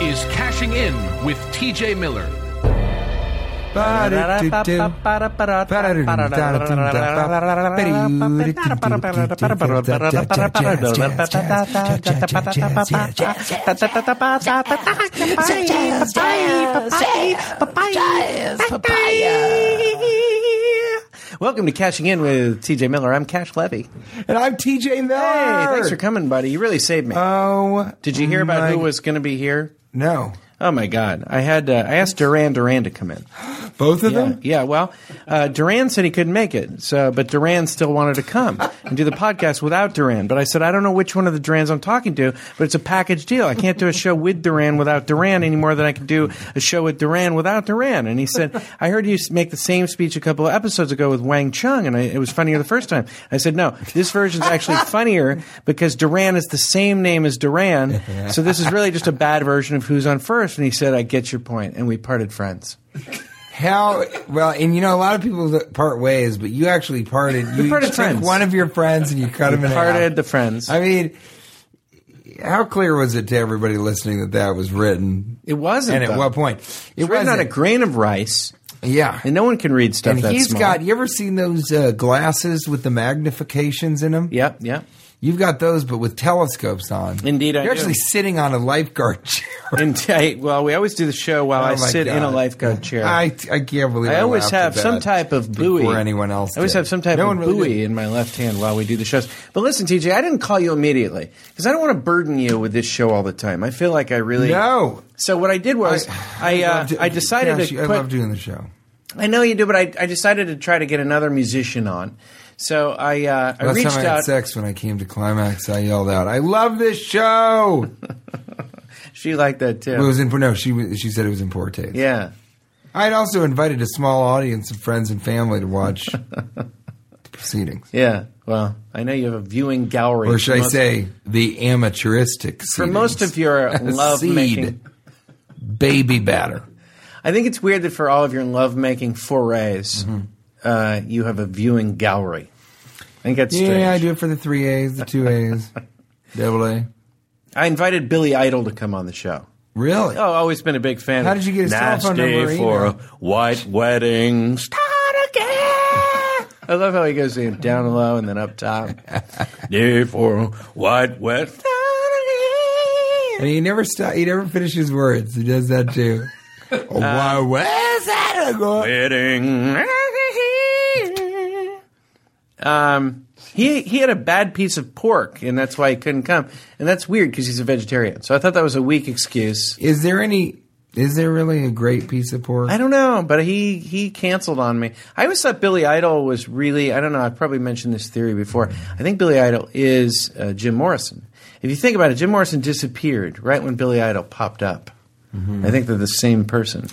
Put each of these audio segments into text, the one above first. is Cashing In with TJ Miller. Welcome to Cashing In with TJ Miller. I'm Cash Levy. And I'm TJ Miller. Hey, thanks for coming, buddy. You really saved me. Oh, Did you hear about my- who was going to be here? No, Oh my God! I had uh, I asked Duran Duran to come in. both of Yeah, them. yeah. Well, uh, Duran said he couldn't make it, so but Duran still wanted to come and do the podcast without Duran. But I said I don't know which one of the Durans I'm talking to, but it's a package deal. I can't do a show with Duran without Duran any more than I can do a show with Duran without Duran. And he said I heard you s- make the same speech a couple of episodes ago with Wang Chung, and I, it was funnier the first time. I said no, this version's actually funnier because Duran is the same name as Duran, so this is really just a bad version of who's on first. And he said I get your point, and we parted friends. How well, and you know, a lot of people that part ways, but you actually parted. You parted took friends. one of your friends and you cut him in Parted the half. friends. I mean, how clear was it to everybody listening that that was written? It wasn't. and at though. what point? It It's written on a wasn't. grain of rice, yeah. and no one can read stuff And that he's small. got. You ever seen those uh, glasses with the magnifications in them? Yep, yep. You've got those, but with telescopes on. Indeed, I You're do. actually sitting on a lifeguard chair. And I, well, we always do the show while I Oh, my sit in a God. lifeguard chair. I, I can't believe I I always laughed at have some that type of buoy. Before anyone else, I always did. have some type No of one really buoy did. in my left hand while we do the shows. But listen, TJ, I didn't call you immediately because I don't want to burden you with this show all the time. I feel like I really No. So what I did was I I, uh, love do- I decided Gosh, to I quit- love doing the show. I know you do, but I, I decided to try to get another musician on. So I uh, I Last reached time I had out. sex when I came to climax, I yelled out, "I love this show." She liked that too. It was in no. She was- she said it was in poor taste. yeah. I had also invited a small audience of friends and family to watch the proceedings, Yeah. Well, I know you have a viewing gallery. or should for I most- say, the amateuristic. for most of your love seed making? baby batter. I think it's weird that for all of your love making forays, Mm-hmm. uh, you have a viewing gallery. I think that's strange. Yeah, I do it for the three A's, the two A's, double A. I invited Billy Idol to come on the show. Really? Oh, always been a big fan. How of did you get his cell phone Nasty number or for a email? white wedding. Start again. I love how he goes in down low and then up top. Day for a white wedding. And he never stop. He never finishes words. He does that too. Oh, Uh, why? Where's that? a go- Wedding. Um, he he had a bad piece of pork, and that's why he couldn't come. And that's weird because he's a vegetarian. So I thought that was a weak excuse. Is there any? Is there really a great piece of pork? I don't know, but he he canceled on me. I always thought Billy Idol was really I don't know. I probably mentioned this theory before. I think Billy Idol is uh, Jim Morrison. If you think about it, Jim Morrison disappeared right when Billy Idol popped up. Mm-hmm. I think they're the same person.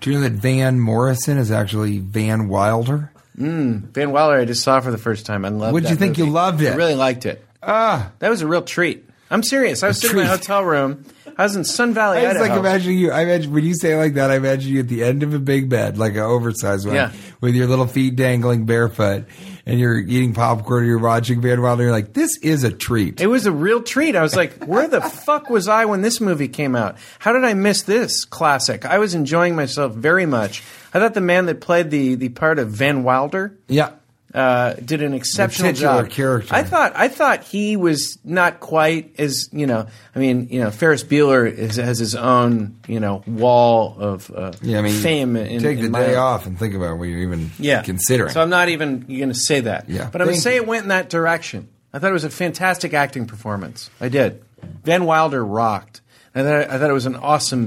Do you know that Van Morrison is actually Van Wilder? Van Wilder, I just saw for the first time. I loved. What'd that you think? You movie. loved it? I really liked it. Ah, that was a real treat. I'm serious. I was sitting in my treat. hotel room. I was in Sun Valley, I just Idaho. like imagining you. I imagine when you say it like that, I imagine you at the end of a big bed, like an oversized one, Yeah. with your little feet dangling barefoot, and you're eating popcorn, you're watching Van Wilder, you're like, this is a treat. It was a real treat. I was like, where the fuck was I when this movie came out? How did I miss this classic? I was enjoying myself very much. I thought the man that played the, the part of Van Wilder yeah. uh, did an exceptional titular job. character. I thought I thought he was not quite as you know. I mean, you know, Ferris Bueller is, has his own you know wall of uh, Yeah, I mean, fame. In, take in the my- day off and think about what you're even Yeah, considering. So I'm not even going to say that. Yeah. but I'm going Thank to say you. it went in that direction. I thought it was a fantastic acting performance. I did. Van Wilder rocked. I thought I thought it was an awesome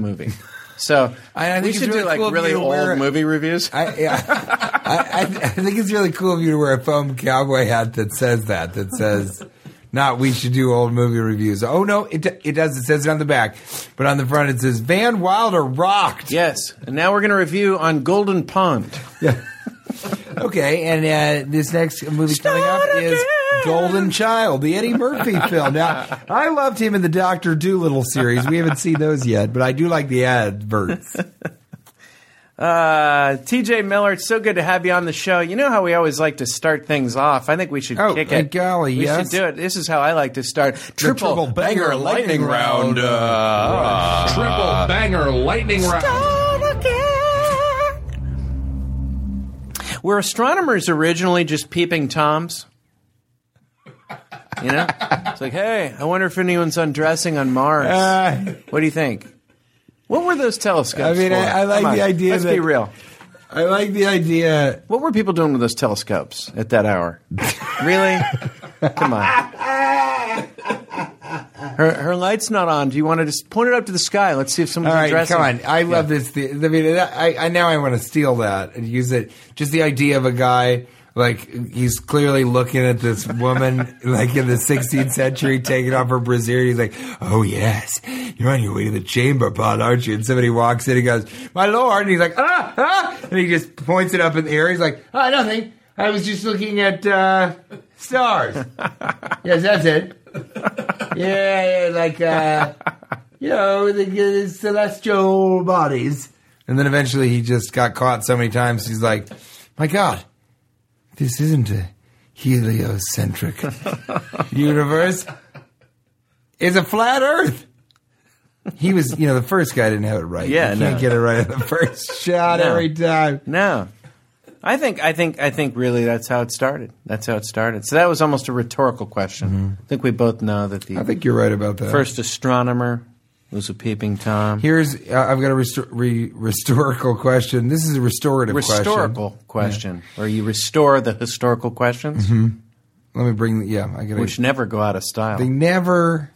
movie. So I- I think we it's should do really like cool if really you old were- movie reviews. I, yeah, I, I, I think it's really cool of you to wear a foam cowboy hat that says that. That says, "Not we should do old movie reviews." Oh no, it it does. It says it on the back, but on the front it says Van Wilder rocked. yes, and now we're going to review on Golden Pond. Okay, and uh, this next movie coming up is Golden Child, the Eddie Murphy film. Now, I loved him in the Doctor Doolittle series. We haven't seen those yet, but I do like the adverts. Uh, TJ Miller, it's so good to have you on the show. You know how we always like to start things off. I think we should Oh, kick uh, it. golly, we yes. should do it. This is how I like to start. Triple, triple banger lightning round, Uh, Triple banger lightning round. Were astronomers originally just peeping toms? You know, it's like, hey, I wonder if anyone's undressing on Mars. Uh, what do you think? What were those telescopes? I mean, for? I- I like Come on, the idea Let's that- be real. I like the idea. What were people doing with those telescopes at that hour? really? Come on. Her, her light's not on. Do you want to just point it up to the sky? Let's see if All someone's right, addressing. come on. I love this. The, I mean, I, I now I want to steal that and use it. Just the idea of a guy like he's clearly looking at this woman like in the 16th century taking off her brassiere. He's like, "Oh yes, you're on your way to the chamber pot, aren't you?" And somebody walks in and goes, "My lord," and he's like, "Ah, ah," and he just points it up in the air. He's like, "Ah, nothing. I was just looking at uh, stars." yes, that's it. Yeah, yeah, like. Uh, you know, the, the celestial bodies. And then eventually he just got caught so many times, he's like, my God, this isn't a heliocentric universe. It's a flat earth. He was, you know, the first guy didn't have it right. Yeah, you no. can't get it right on the first shot No. every time. No. I think I think I think really that's how it started. That's how it started. So that was almost a rhetorical question. I think we both know that the Mm-hmm. I think you're right about that. first astronomer was a peeping tom. here's uh, I've got a restor- re- historical question. This is a restorative question. Mm-hmm. historical question, where you restore the historical questions, Let me bring. Yeah, I got which never go out of style. They never.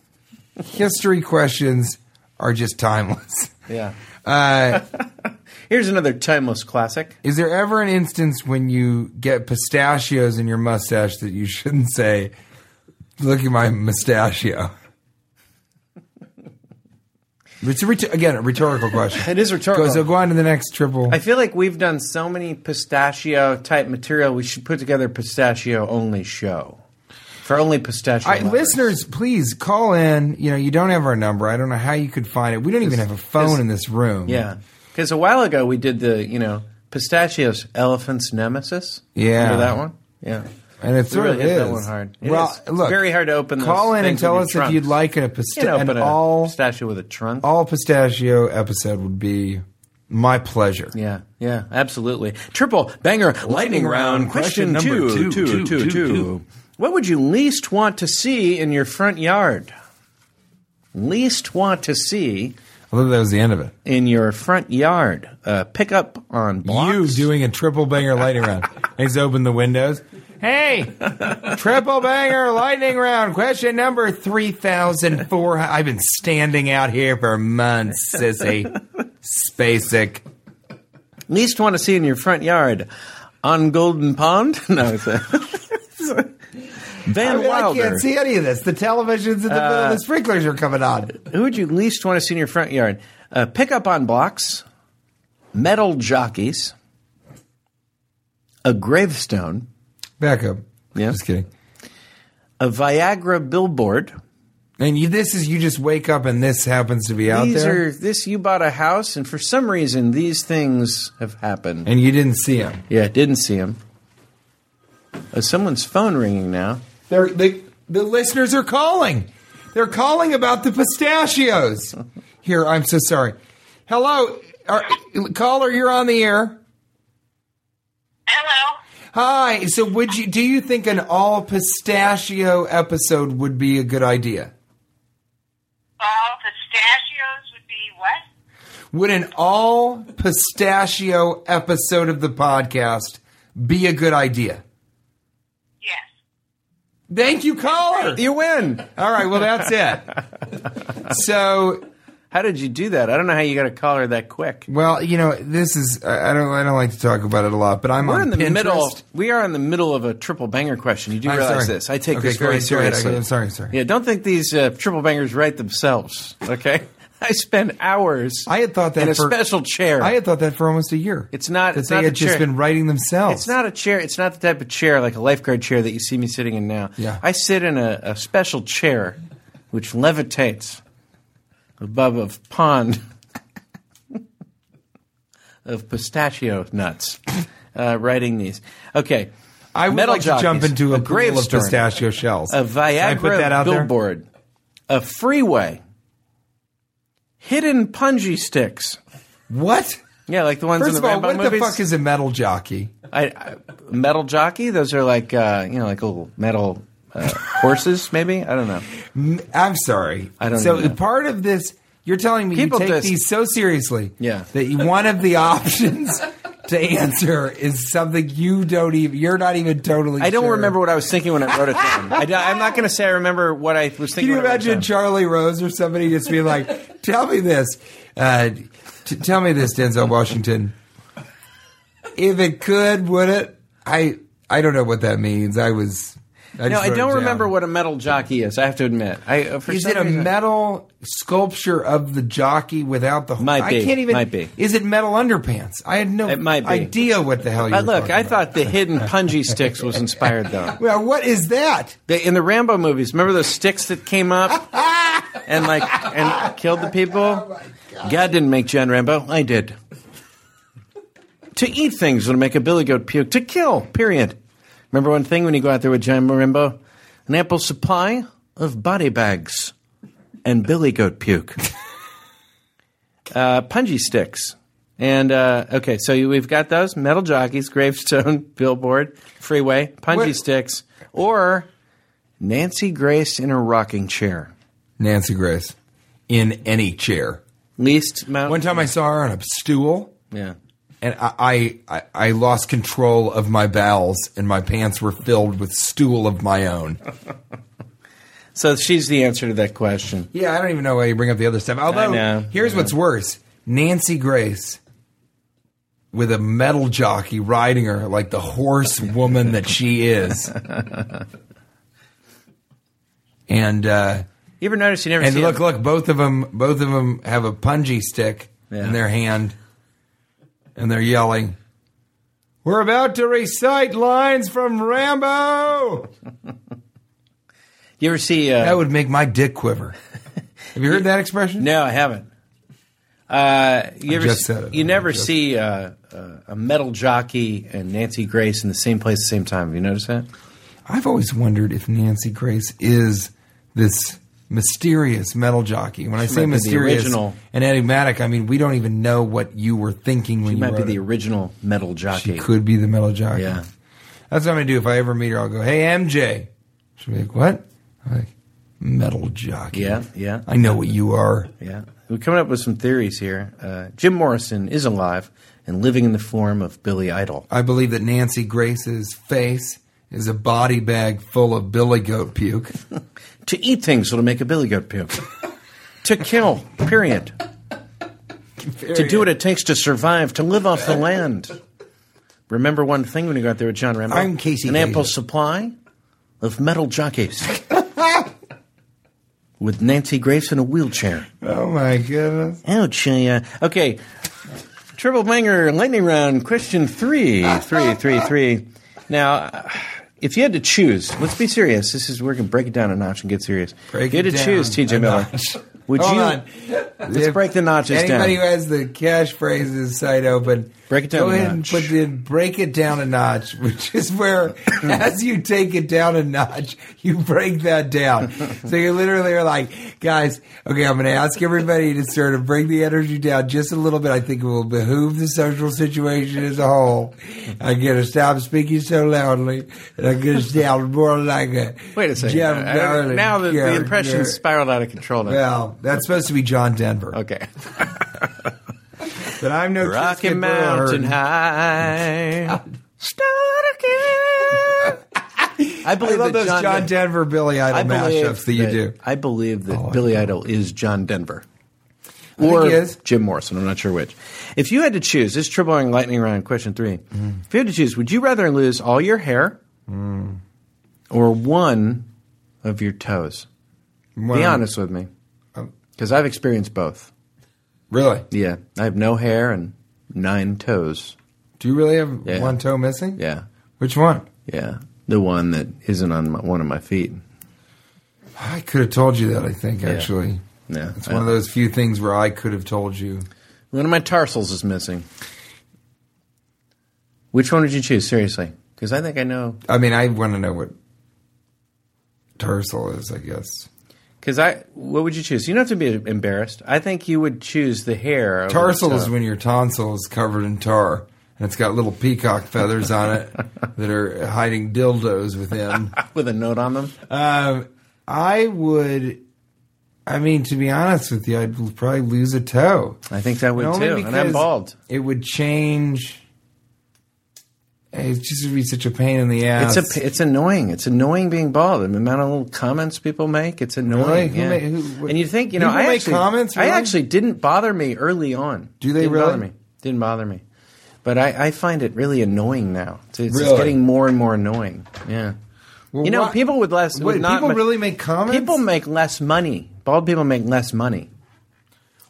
History questions are just timeless. yeah. Uh, Here's another timeless classic. is there ever an instance when you get pistachios in your mustache that you shouldn't say, "Look at my mustachio"? It's a rhetor- again a rhetorical question. It is rhetorical. Go, so go on to the next triple. I feel like we've done so many pistachio type material. We should put together a pistachio only show for only pistachio I, lovers. listeners, please call in. You know, you don't have our number. I don't know how you could find it. We don't even have a phone in this room. Yeah, because a while ago we did the you know pistachios elephants nemesis. Yeah. remember that one? Yeah. And it's We sort really of hit is. that one hard. It well, is. It's look, very hard to open those Call in and things with tell your us if trunk. you'd like an, You know, pistachio. open an a all pistachio with a trunk. all pistachio episode would be my pleasure. yeah, yeah, absolutely. Triple banger lightning round question, Question two, number two, two, two, two, two, two, two. What would you least want to see in your front yard? Least want to see I thought that was the end of it. in your front yard. Uh, pick up on blocks. You doing a triple banger lightning round. And He's opened the windows. Hey, triple banger lightning round. Question number 3004. I've been standing out here for months, sissy. Spacek. least want to see in your front yard on Golden Pond? No, it's a I, Van mean, I Wilder. can't see any of this. The televisions and the, the sprinklers are coming on. Who would you least want to see in your front yard? Uh, pick up on blocks, metal jockeys, a gravestone, Back up. Yeah. Just kidding. a Viagra billboard, And you, this is you just wake up and this happens to be out These there, are this. You bought a house, and for some reason, these things have happened. and you didn't see him. Yeah, didn't see him. Oh, someone's phone ringing now. They're, they, the listeners are calling. They're calling about the pistachios. Here, I'm so sorry. Hello, are, caller, you're on the air. Hello. Hi. So, would you do you think an all pistachio episode would be a good idea? All pistachios would be what? Would an all pistachio episode of the podcast be a good idea? Yes. Thank you, caller. You win. All right, well that's it. So, How did you do that? I don't know how you got a caller that quick. well, you know, this is I I don't I don't like to talk about it a lot, but I'm We're on in the Pinterest. middle. We are in the middle of a triple banger question. You do I'm realize sorry. this? I take Okay, this go very ahead, go ahead. seriously. I'm sorry, I'm sorry. Yeah, don't think these uh, triple bangers write themselves. Okay, I spend hours. I had thought that in a for- special chair. I had thought that for almost a year. It's not- that it's they not had the just chair. been writing themselves. It's not a chair. It's not the type of chair like a lifeguard chair that you see me sitting in now. Yeah. I sit in a, a special chair, which levitates above a pond of pistachio nuts. Uh, writing these. Okay. I would Metal like to jump jockeys, into a, a grave of gravestone, pistachio shells. a Can I Viagra put that out there? billboard, a freeway, hidden punji sticks. What? Yeah, like the ones First in of the all, Rambo what movies. the fuck is a metal jockey? I, I, metal jockey? Those are like uh, you know, like little metal uh, horses, maybe. I don't know. I'm sorry. I don't So know. part of this, you're telling me People you take just- these so seriously, Yeah. that you, one of the options to answer is something you don't even. You're not even totally. I don't sure. remember what I was thinking when I wrote it down. I, am not going to say I remember what I was Can thinking. you when I wrote it imagine down. Charlie Rose or somebody just being like, "Tell me this, uh, t- tell me this, Denzel Washington. If it could, would it? I I don't know what that means. I was. I No, just I wrote it don't down. remember what a metal jockey is. I have to admit. I uh, for Is some it a reason- metal sculpture of the jockey without the? Might I be, can't even. might be. Is it metal underpants? I had no It might be. idea what the hell you. Uh, were look, talking I about. thought the hidden punji sticks was inspired though. Well, what is that? They, in the Rambo movies, remember those sticks that came up and like and killed the people? God. didn't make John Rambo. I did. to eat things would make a billy goat puke. To kill, period. Remember one thing when you go out there with John Rambo? An ample supply of body bags and billy goat puke. uh, punji sticks. And uh, okay, so you, we've got those metal jockeys, gravestone, billboard, freeway, punji What- sticks, or Nancy Grace in a rocking chair. Nancy Grace in any chair. Least amount. One time I saw her on a stool, Yeah. and I I, I, I lost control of my bowels, and my pants were filled with stool of my own. So she's the answer to that question. Yeah, I don't even know why you bring up the other stuff. Although, know, here's what's worse: Nancy Grace with a metal jockey riding her like the horse woman that she is. and uh, You ever notice you never and see look, him? look, both of them, both of them have a punji stick Yeah. in their hand, and they're yelling. We're about to recite lines from Rambo. You ever see? Uh, That would make my dick quiver. Have you heard that expression? no, I haven't. Uh, you ever just s- said it. you I never just- see uh, uh, a metal jockey and Nancy Grace in the same place at the same time. Have you noticed that? I've always wondered if Nancy Grace is this mysterious metal jockey. When I might say be the mysterious original. and enigmatic, I mean we don't even know what you were thinking when He you might be wrote the it. original metal jockey. She could be the metal jockey. Yeah. That's what I'm gonna do if I ever meet her. I'll go, "Hey MJ," she'll be like, "What?" I'm like, "Metal jockey." Yeah, yeah. I know what you are. Yeah. We're coming up with some theories here. Uh, Jim Morrison is alive and living in the form of Billy Idol. I believe that Nancy Grace's face is a body bag full of billy goat puke. To eat things that'll make a billy goat puke. to kill, period. To do what it takes to survive, to live off the land. Remember one thing when you got there with John Rambo? I'm Casey An ample Kasem. supply of metal jockeys. With Nancy Grace in a wheelchair. Oh my goodness. Ouch. I, uh, okay. Triple banger lightning round question three. Three, three, three. Now, uh, If you had to choose, let's be serious. This is we're gonna break it down a notch and get serious. Break if you had it to down choose, TJ a Miller. notch. Would Hold you on. let's If break the notches anybody down? who has the cash phrases site open, Break it down Go a ahead and notch. put the break it down a notch, which is where as you take it down a notch, you break that down. so you literally are like, guys, okay, I'm going to ask everybody to sort of bring the energy down just a little bit. I think it will behoove the social situation as a whole. I'm going to stop speaking so loudly, and I'm going to sound more like a Wait a second. Jeff I don't- Garland now the, the character. impression spiraled out of control. Now. Well, that's supposed to be John Denver. okay. But I'm no Rocky Kiss Kid Burl Mountain Hearn. High. Start again. I I believe love that those John, Denver Billy Idol I believe mashups that you do. I believe that Oh, I Billy Idol is John Denver. think Or he is. Jim Morrison. I'm not sure which. If you had to choose, this is triple Ring lightning round, question three. Mm-hmm. If you had to choose, would you rather lose all your hair Mm. or one of your toes? Be honest with me. um, Because I've experienced both. Really? Yeah. I have no hair and nine toes. Do you really have Yeah. one toe missing? Yeah. Which one? Yeah. The one that isn't on my, one of my feet. I could have told you that, I think, actually. Yeah. It's one of those few things where I could have told you. One of my tarsals is missing. Which one would you choose? Seriously, because I think I know. I mean, I want to know what tarsal is, I guess. Because I, what would you choose? You don't have to be embarrassed. I think you would choose the hair. over the Tarsal is top. when your tonsil is covered in tar and it's got little peacock feathers on it that are hiding dildos within. with a note on them. Um, I would. I mean, to be honest with you, I'd probably lose a toe. I think that would too. And I'm bald. It would change. It just would be such a pain in the ass. It's a, p- it's annoying. It's annoying being bald. And the amount of little comments people make, it's annoying. Who yeah. ma- who- and you think, you know, People I make actually, comments, I really? actually didn't bother me early on. Do they didn't really? Bother me. Didn't bother me. But I, I find it really annoying now. It's, it's Really? getting more and more annoying. Yeah. Well, you know, why- people with less. Wait, with not people mu- really make comments. People make less money. Bald people make less money.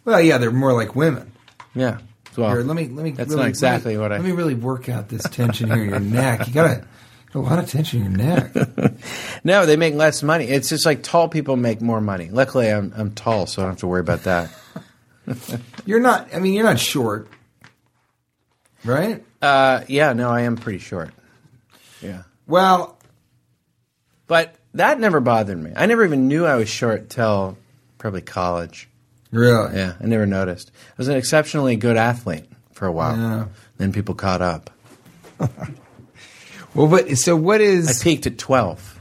well, yeah, they're more like women. Yeah. Well, Here, let me let me. Oh, That's really- not let exactly me- what I. Let me really work out this tension here in your neck. You got a lot of tension in your neck. No, they make less money. It's just like tall people make more money. Luckily, I'm I'm tall, so I don't have to worry about that. You're not. I mean, you're not short, right? Uh, yeah, no, I am pretty short. Yeah, Well, but that never bothered me. I never even knew I was short till probably college. really. Yeah, I never noticed. I was an exceptionally good athlete for a while. Yeah. Then people caught up. Well, but so what is? I peaked at twelve.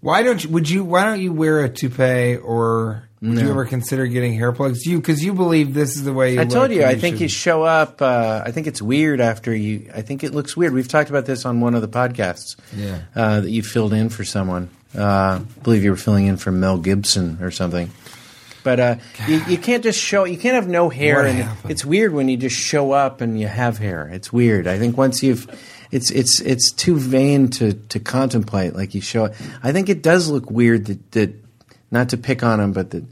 Why don't you? Would you? Why don't you wear a toupee or? Would you No. ever consider getting hair plugs? You because you believe this is the way you. I told look you. and I think you should- show up. Uh, I think it's weird after you. I think it looks weird. We've talked about this on one of the podcasts. Yeah. Uh, that you filled in for someone. Uh, I believe you were filling in for Mel Gibson or something. But uh, you, you can't just show. You can't have no hair. What and happened? it's weird when you just show up and you have hair. It's weird. I think once you've, it's it's it's too vain to to contemplate. Like you show. up. I think it does look weird that that not to pick on him, but that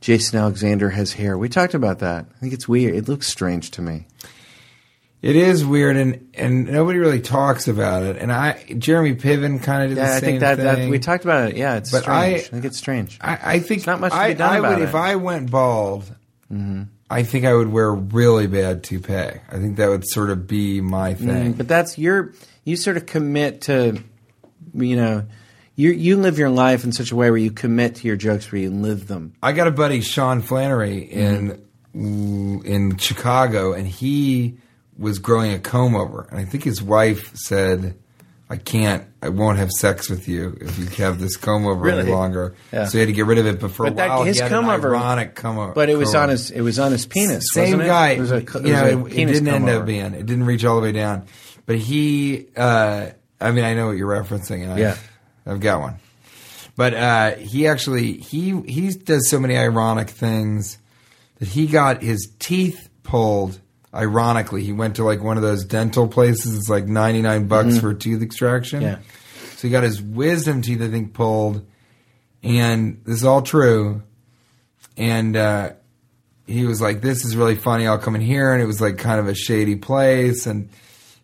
Jason Alexander has hair. We talked about that. I think it's weird. It looks strange to me. it is weird, and and nobody really talks about it. And I, Jeremy Piven, kind of did the Yeah, same I think that, thing. that we talked about it. Yeah, it's But strange. I, I- think it's strange. I, I think There's not much to I, be done I about would, it. Mm-hmm. If I went bald, I think I would wear a really bad toupee. I think that would sort of be my thing. But that's your you sort of commit to you know you you live your life in such a way where you commit to your jokes where you live them. I got a buddy Sean Flannery Mm-hmm. in in Chicago, and he was growing a comb over, and I think his wife said, "I can't, I won't have sex with you if you have this comb over Really? any longer." Yeah. So he had to get rid of it. But for But a that while, his he had comb an over- ironic comb over. But it was comb on over. his it was on his penis. Same wasn't it? guy. It was a, co- it you was know, a it, it penis didn't end comb up over. being. It didn't reach all the way down. But he, uh, I mean, I know what you're referencing, and Yeah. I've, I've got one. But uh, he actually he he does so many ironic things that he got his teeth pulled. Ironically, he went to like one of those dental places. It's like ninety nine bucks for a tooth extraction. Yeah. So he got his wisdom teeth, I think, pulled, and this is all true. And uh, he was like, "This is really funny. I'll come in here." And it was like kind of a shady place, and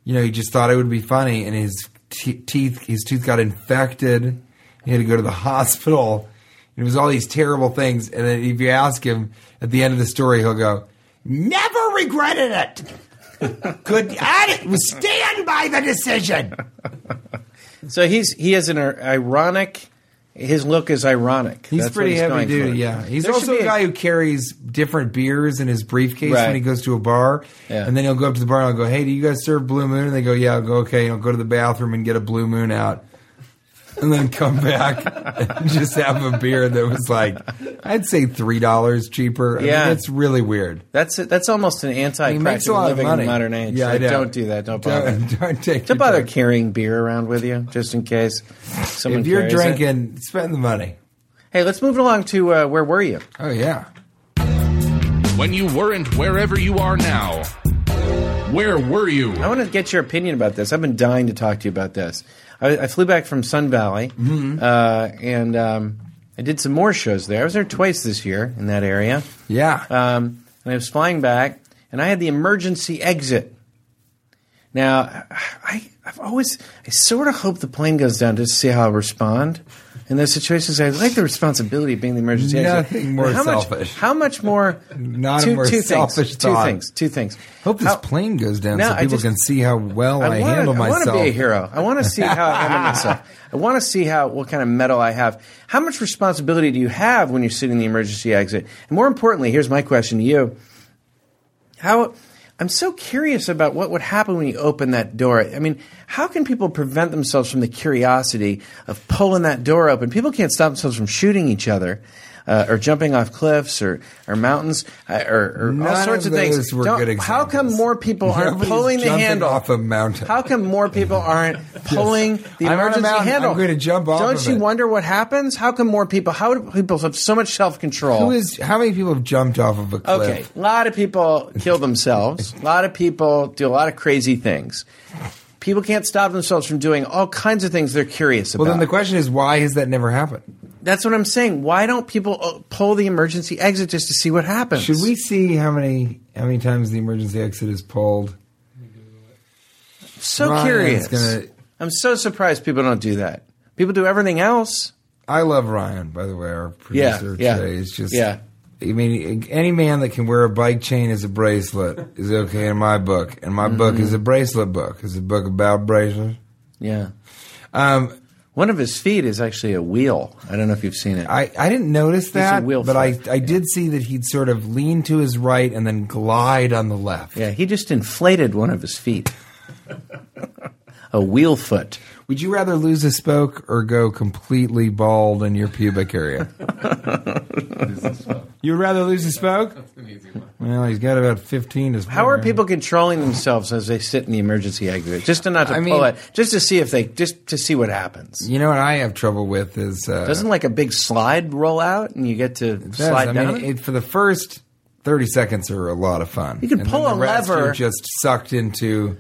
you know, he just thought it would be funny, and his te- teeth. His tooth got infected. He had to go to the hospital. It was all these terrible things. And then if you ask him at the end of the story, he'll go, "Never regretted it. Could I stand by the decision?" So he's he has an ir- ironic. His look is ironic. He's That's what pretty heavy going duty, for. yeah. He's There should also be a guy who carries different beers in his briefcase Right. when he goes to a bar. Yeah. And then he'll go up to the bar and I'll go, Hey, do you guys serve Blue Moon? And they go, Yeah, I'll go, okay, and I'll go to the bathroom and get a Blue Moon out. And then come back and just have a beer that was like, I'd say three dollars cheaper. I mean, Yeah. it's really weird. That's that's almost an anti He makes a practical lot of living money. in modern age. Yeah, I Like, know. don't do that. Don't bother. Don't, Don't, don't take. your bother time. carrying beer around with you, just in case someone. If you're carries it. drinking, spend the money. hey, let's move along to uh, where were you? Oh yeah. When you weren't wherever you are now, where were you? I want to get your opinion about this. I've been dying to talk to you about this. I, I flew back from Sun Valley, Mm-hmm. uh, and um, I did some more shows there. I was there twice this year in that area. Yeah. um, and I was flying back, and I had the emergency exit. Now, I, I've always, I sort of hope the plane goes down just to see how I respond in those situations. I like the responsibility of being the emergency exit. Nothing more how Much, selfish. how much more? Not a two, more two selfish things, two thought. things. Two things. Hope this How- plane goes down No, so I people just- can see how well I, wanna- handle myself. I want to be a hero. I want to see how I handle myself. I want to see how what kind of metal I have. How much responsibility do you have when you're sitting in the emergency exit? And more importantly, here's my question to you: How I'm so curious about what would happen when you open that door. I mean, how can people prevent themselves from the curiosity of pulling that door open? People can't stop themselves from shooting each other. Uh, or jumping off cliffs, or or mountains, uh, or, or all None sorts of of, things. those were Don't- good how come examples. more people aren't Nobody's pulling the jumping handle off a mountain. How come more people aren't pulling the I'm on a emergency mountain. handle? I'm gonna jump off Don't of you it. wonder what happens? How come more people? How do people have so much self control? Who is? How many people have jumped off of a cliff? Okay, a lot of people kill themselves. a lot of people do a lot of crazy things. People can't stop themselves from doing all kinds of things they're curious Well, about. then the question is, why has that never happened? That's what I'm saying. Why don't people uh, pull the emergency exit just to see what happens? Should we see how many how many times the emergency exit is pulled? So Ryan's curious. gonna- I'm so surprised people don't do that. People do everything else. I love Ryan, by the way, our Yeah, producer yeah, today. It's just, yeah. I mean, any man that can wear a bike chain as a bracelet is okay in my book, and my book Mm-hmm. is a bracelet book. It's a book about bracelets. Yeah. Um, One of his feet is actually a wheel. I don't know if you've seen it. I, I didn't notice that, wheel but I, foot, I did see that he'd sort of lean to his right and then glide on the left. yeah, he just inflated one of his feet. a wheel foot. Would you rather lose a spoke or go completely bald in your pubic area? You'd rather lose a spoke? Well, he's got about 15 to How are spare. people controlling themselves as they sit in the emergency exit? Just to not to I pull mean- it, just to see if they just to see what happens. You know what I have trouble with is. Uh, Doesn't like a big slide roll out and you get to this. slide I down? mean, it? it, for the first 30 seconds are a lot of fun. You can And pull then the a rest, lever. You're just sucked into.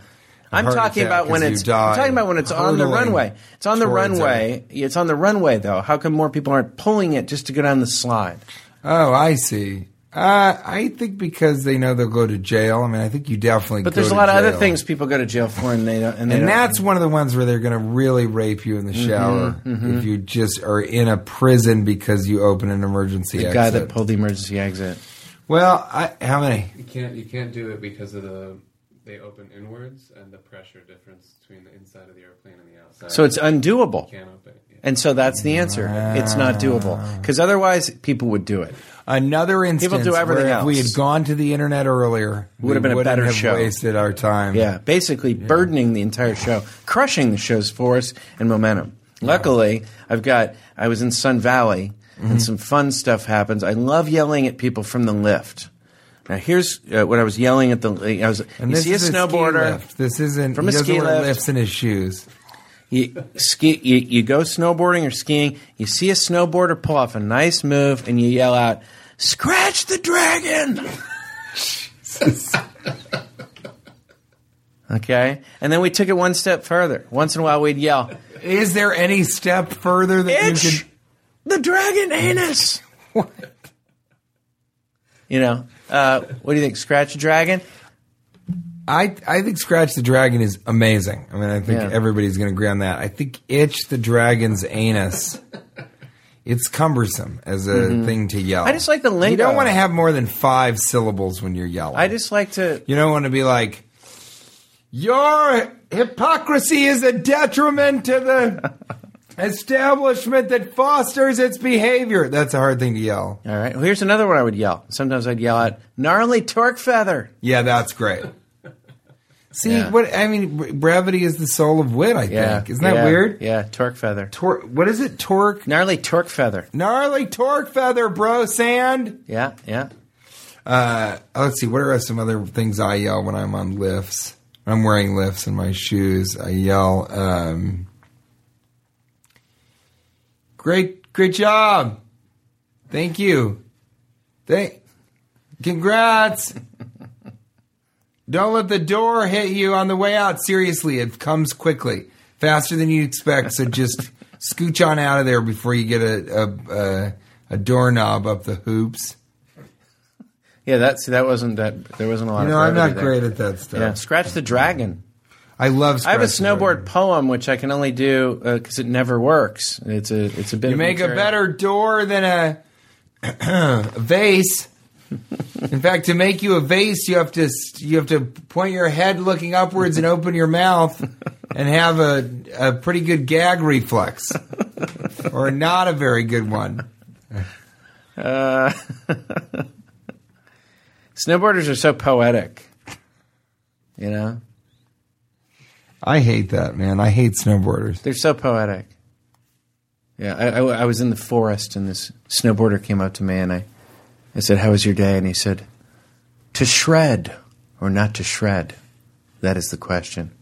a I'm heart talking attack about when 'cause it's you die I'm talking about when it's on the hurtling runway. It's on the towards runway. It's on the runway though. How come more people aren't pulling it just to go down the slide? Oh, I see. Uh, I think because they know they'll go to jail. I mean, I think you definitely. go But there's a to lot of other jail. things people go to jail for and they don't and, they and don't- that's one of the ones where they're going to really rape you in the Mm-hmm, shower if you just are in a prison because you open an emergency the exit. guy that pulled the emergency exit. well, I, how many? You can't you can't do it because of the they open inwards and the pressure difference between the inside of the airplane and the outside. So it's undoable. you can't open. it, yeah. And so that's the answer. It's not doable because otherwise people would do it. Another instance do everything where if we else. had gone to the internet earlier, we Would've been a wouldn't better have show. Wasted our time. Yeah, basically burdening the entire show, crushing the show's force and momentum. Luckily, I've got I was in Sun Valley Mm-hmm. and some fun stuff happens. I love yelling at people from the lift. Now here's uh, what I was yelling at the I was And you this see a is ski snowboarder lift. This isn't From he a doesn't ski wear lift. lifts in his shoes. you ski you, you go snowboarding or skiing you see a snowboarder pull off a nice move and you yell out scratch the dragon okay and then we took it one step further once in a while we'd yell Is there any step further that you itch could? the dragon anus you know uh, what do you think scratch a dragon I I think Scratch the Dragon is amazing. I mean, I think Yeah. everybody's going to agree on that. I think Itch the Dragon's anus. It's cumbersome as a thing to yell. Mm-hmm. I just like the lingo. You don't want to have more than five syllables when you're yelling. I just like to. You don't want to be like, your hypocrisy is a detriment to the establishment that fosters its behavior. That's a hard thing to yell. All right. Well, here's another one I would yell. Sometimes I'd yell at gnarly torque feather. Yeah, that's great. See Yeah. what I mean? bre- Brevity is the soul of wit. I Yeah. think isn't that Yeah. weird? Yeah. Torque feather. Tor- what is it? Torque, Gnarly torque feather. gnarly torque feather, bro. Sand. Yeah. Yeah. Uh, let's see. What are some other things I yell when I'm on lifts? When I'm wearing lifts in my shoes. I yell, um, "Great, great job! Thank you, thank, congrats." Don't let the door hit you on the way out. Seriously, it comes quickly, faster than you expect. So just scooch on out of there before you get a a, a, a doorknob up the hoops. Yeah. That's that wasn't that. There wasn't a lot. You of know, I'm not brevity there. great at that stuff. Yeah. Scratch the dragon. I love. I have a scratching snowboard around. poem which I can only do because it never works. It's a it's a bit. You of make a material. better door than a, a vase. In fact, to make you a vase, you have to s- you have to point your head looking upwards and open your mouth, and have a a pretty good gag reflex, or not a very good one. Snowboarders are so poetic. You know, I hate that, man. I hate snowboarders. they're so poetic. Yeah, I, I- I was in the forest and this snowboarder came up to me and I, I said, "How was your day?" And he said, "To shred or not to shred, that is the question."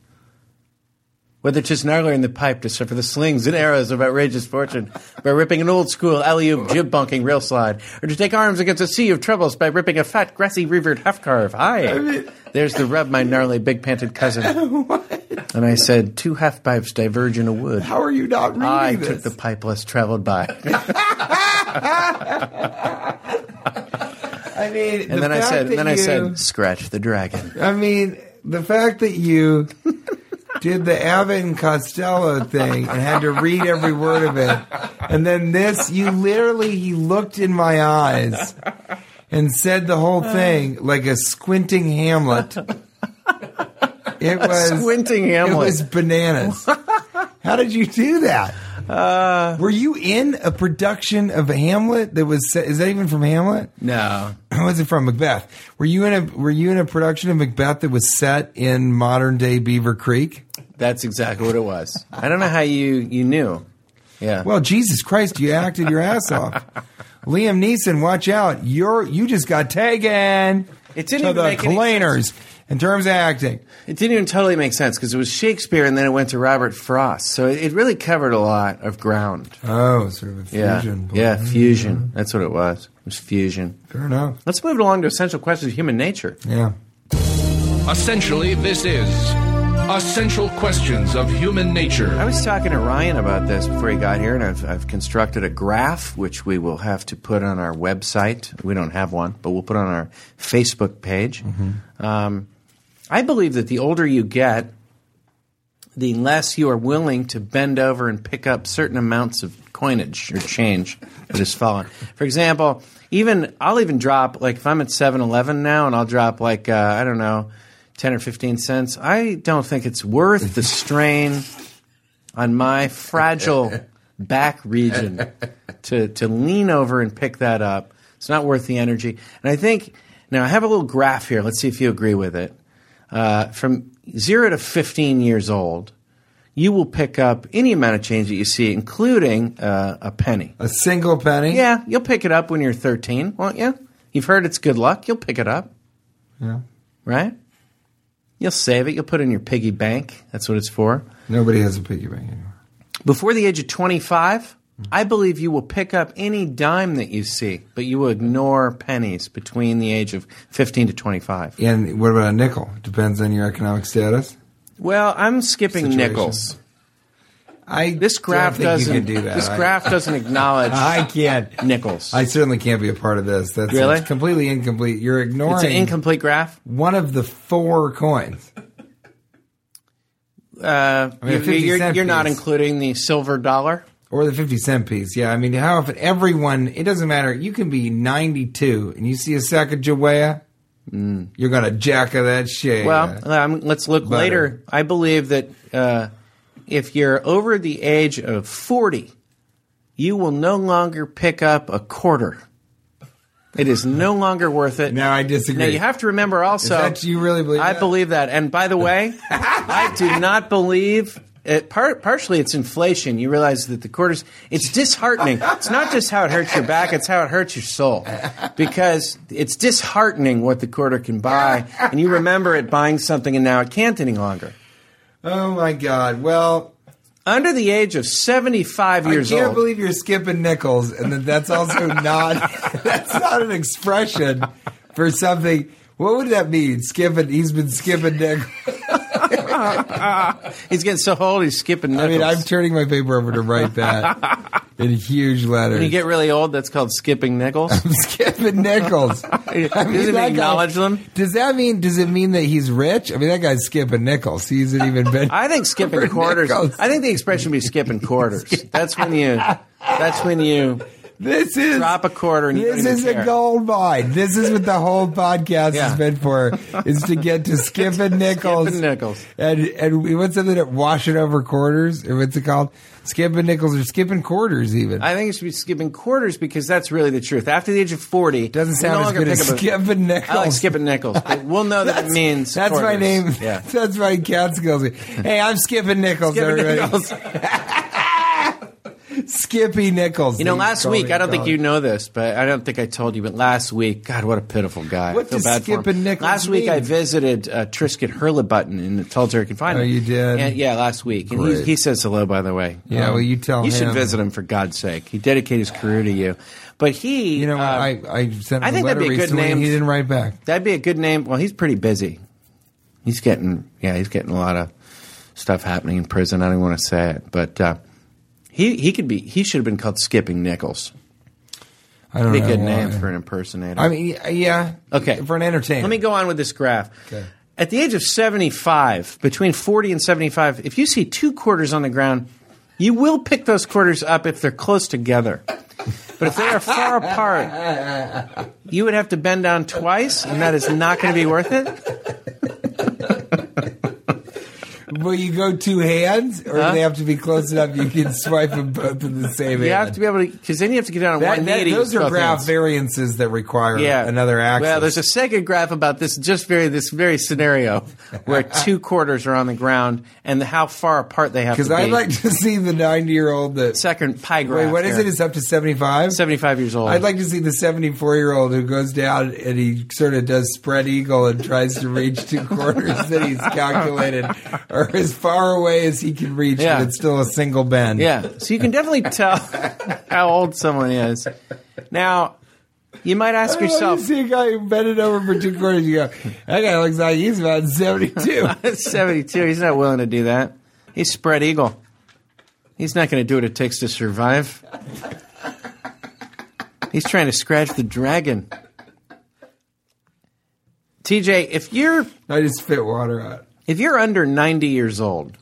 Whether to snarler in the pipe to suffer the slings and arrows of outrageous fortune by ripping an old school alley oop jib bunking rail slide, or to take arms against a sea of troubles by ripping a fat grassy revered half carve high. There's the rub, my gnarly big panted cousin. And I said, two half pipes diverge in a wood. How are you not reading I this? took the pipe less traveled by. I mean, And then I said, then I said, scratch the dragon. I mean, the fact that you did the Evan Costello thing and had to read every word of it, and then this, you literally, he looked in my eyes and said the whole Uh. thing like a squinting Hamlet. It was Squinting It Hamlet. was bananas. How did you do that? Uh. Were you in a production of Hamlet that was? Is that even from Hamlet? no. was it from Macbeth? Were you in a were you in a production of Macbeth that was set in modern day Beaver Creek? That's exactly what it was. I don't know how you, you knew. Yeah. Well, Jesus Christ, you acted your ass off. Liam Neeson, watch out! You're you just got taken It didn't to even the make any cleaners in terms of acting. It didn't even totally make sense because it was Shakespeare and then it went to Robert Frost. So it, it really covered a lot of ground. Oh, sort of a Yeah. fusion. Yeah, fusion. That's what it was. It was fusion. Fair enough. Let's move along to essential questions of human nature. Yeah. Essentially, this is Essential Questions of Human I Nature. was talking to Ryan about this before he got here, and I've, I've constructed a graph which we will have to put on our website. We don't have one, but we'll put on our Facebook page. Um, I believe that the older you get, the less you are willing to bend over and pick up certain amounts of coinage or change that has fallen. For example, even I'll even drop like if I'm at 7-Eleven now and I'll drop like uh, I don't know ten or fifteen cents. I don't think it's worth the strain on my fragile back region to to lean over and pick that up. It's not worth the energy. And I think now I have a little graph here. Let's see if you agree with it. Uh, from zero to fifteen years old, you will pick up any amount of change that you see, including uh, a penny. A single penny. Yeah, you'll pick it up when you're thirteen, won't you? You've heard it's good luck. You'll pick it up, Yeah. right? You'll save it. You'll put it in your piggy bank. That's what it's for. Nobody has a piggy bank anymore. Before the age of 25, I believe you will pick up any dime that you see, but you will ignore pennies between the age of 15 to 25. And what about a nickel? Depends on your economic status. Well, I'm skipping Situation. nickels. I This don't graph think doesn't. you can do that. This I- graph doesn't acknowledge I can't. nickels. I certainly can't be a part of this. That's Really? it's completely incomplete. You're ignoring it's an incomplete graph. one of the four coins. Uh, mean, a you, 50 you're, cent you're not piece. including the silver dollar. Or the 50 cent piece. Yeah, I mean, how often everyone, it doesn't matter. You can be 92 and you see a Sacagawea, you're going to jack of that shit. Mm. Well, um, let's look Butter. later. I believe that uh, if you're over the age of 40, you will no longer pick up a quarter. It is no longer worth it. No, I disagree. Now you have to remember also. Is that- you really believe I that? believe that. And by the way, I do not believe. It, par- partially, it's inflation. You realize that the quarters. It's disheartening. It's not just how it hurts your back; it's how it hurts your soul, because it's disheartening what the quarter can buy, and you remember it buying something, and now it can't any longer. oh my God. Well, Under the age of seventy-five I years can't old, believe you're skipping nickels. And then that's also not, that's not an expression for something. What would that mean? Skipping, he's been skipping nickels. he's getting so old he's skipping I nickels. mean, I'm turning my paper over to write that in huge letters. when you get really old, that's called skipping nickels. Skipping nickels. He doesn't that acknowledge them. Does that mean? Does it mean that he's rich? I mean, that guy's skipping nickels. He hasn't even been. I think skipping quarters. nickels. I think the expression would be skipping quarters. That's when you. That's when you this is drop a quarter and you this don't even is care. a gold mine. This is what the whole podcast Yeah. has been for: is to get to skipping nickels. Skipping nickels. And and we what's something that washing over quarters or what's it called? Skipping nickels or skipping quarters even. I think it should be skipping quarters because that's really the truth. After the age of forty, Doesn't we sound no as longer good as pick up a- skipping nickels. I like skipping nickels, but we'll know that it means That's my quarters. name. Yeah. That's my Catskills. Hey, I'm Skipping Nichols, Skipping everybody. nickels. Skippy Nichols. You know, They last call week me- I don't call think me. you know this, but I don't think I told you. But last week, God, what a pitiful guy! What I feel does bad for him. skipping nickels Last week I mean? visited uh, Trisket Hurlibutton in the solitary confinement. Oh, you did? And- yeah, last week. And he, Great. he says hello, by the way. Yeah, well, you tell You should him. visit him for God's sake. He dedicated his career to you, but he, You know, um, I I sent him I think a that'd letter be a good recently. name. and He didn't write back. That'd be a good name. Well, he's pretty busy. He's getting yeah, he's getting a lot of stuff happening in prison. I don't want to say it, but uh, he he could be he should have been called Skipping Nichols. I don't Be a know good why. name for an impersonator. I mean, yeah. okay, For an entertainer. Let me go on with this graph. Okay. At the age of seventy-five, between forty and seventy-five, if you see two quarters on the ground, you will pick those quarters up if they're close together. But if they are far apart, you would have to bend down twice, and that is not going to be worth it. Will you go two hands, or Huh? do they have to be close enough you can swipe them both in the same hand? You have to be able to, because then you have to get down on That- one that- knee. to those use are both graph hands. variances that require Yeah. another axis. Well, there's a second graph about this, just very this very scenario where two quarters are on the ground and the, how far apart they have to because be. I'd like to see the ninety-year-old that. second pie graph. Wait, what is here. it? It's up to seventy-five. Seventy-five years old. I'd like to see the 74 year old who goes down and he sort of does spread eagle and tries to reach two quarters that he's calculated are as far away as he can reach, Yeah. but it's still a single bend. Yeah, so you can definitely tell how old someone is. Now, you might ask I love yourself, to Oh, see a guy who bent it over for two quarters. You go, that guy looks like he's about 72. seventy-two, he's not willing to do that. He's spread eagle. He's not going to do what it takes to survive. He's trying to scratch the dragon. TJ, if you're I just spit water out. if you're under 90 years old,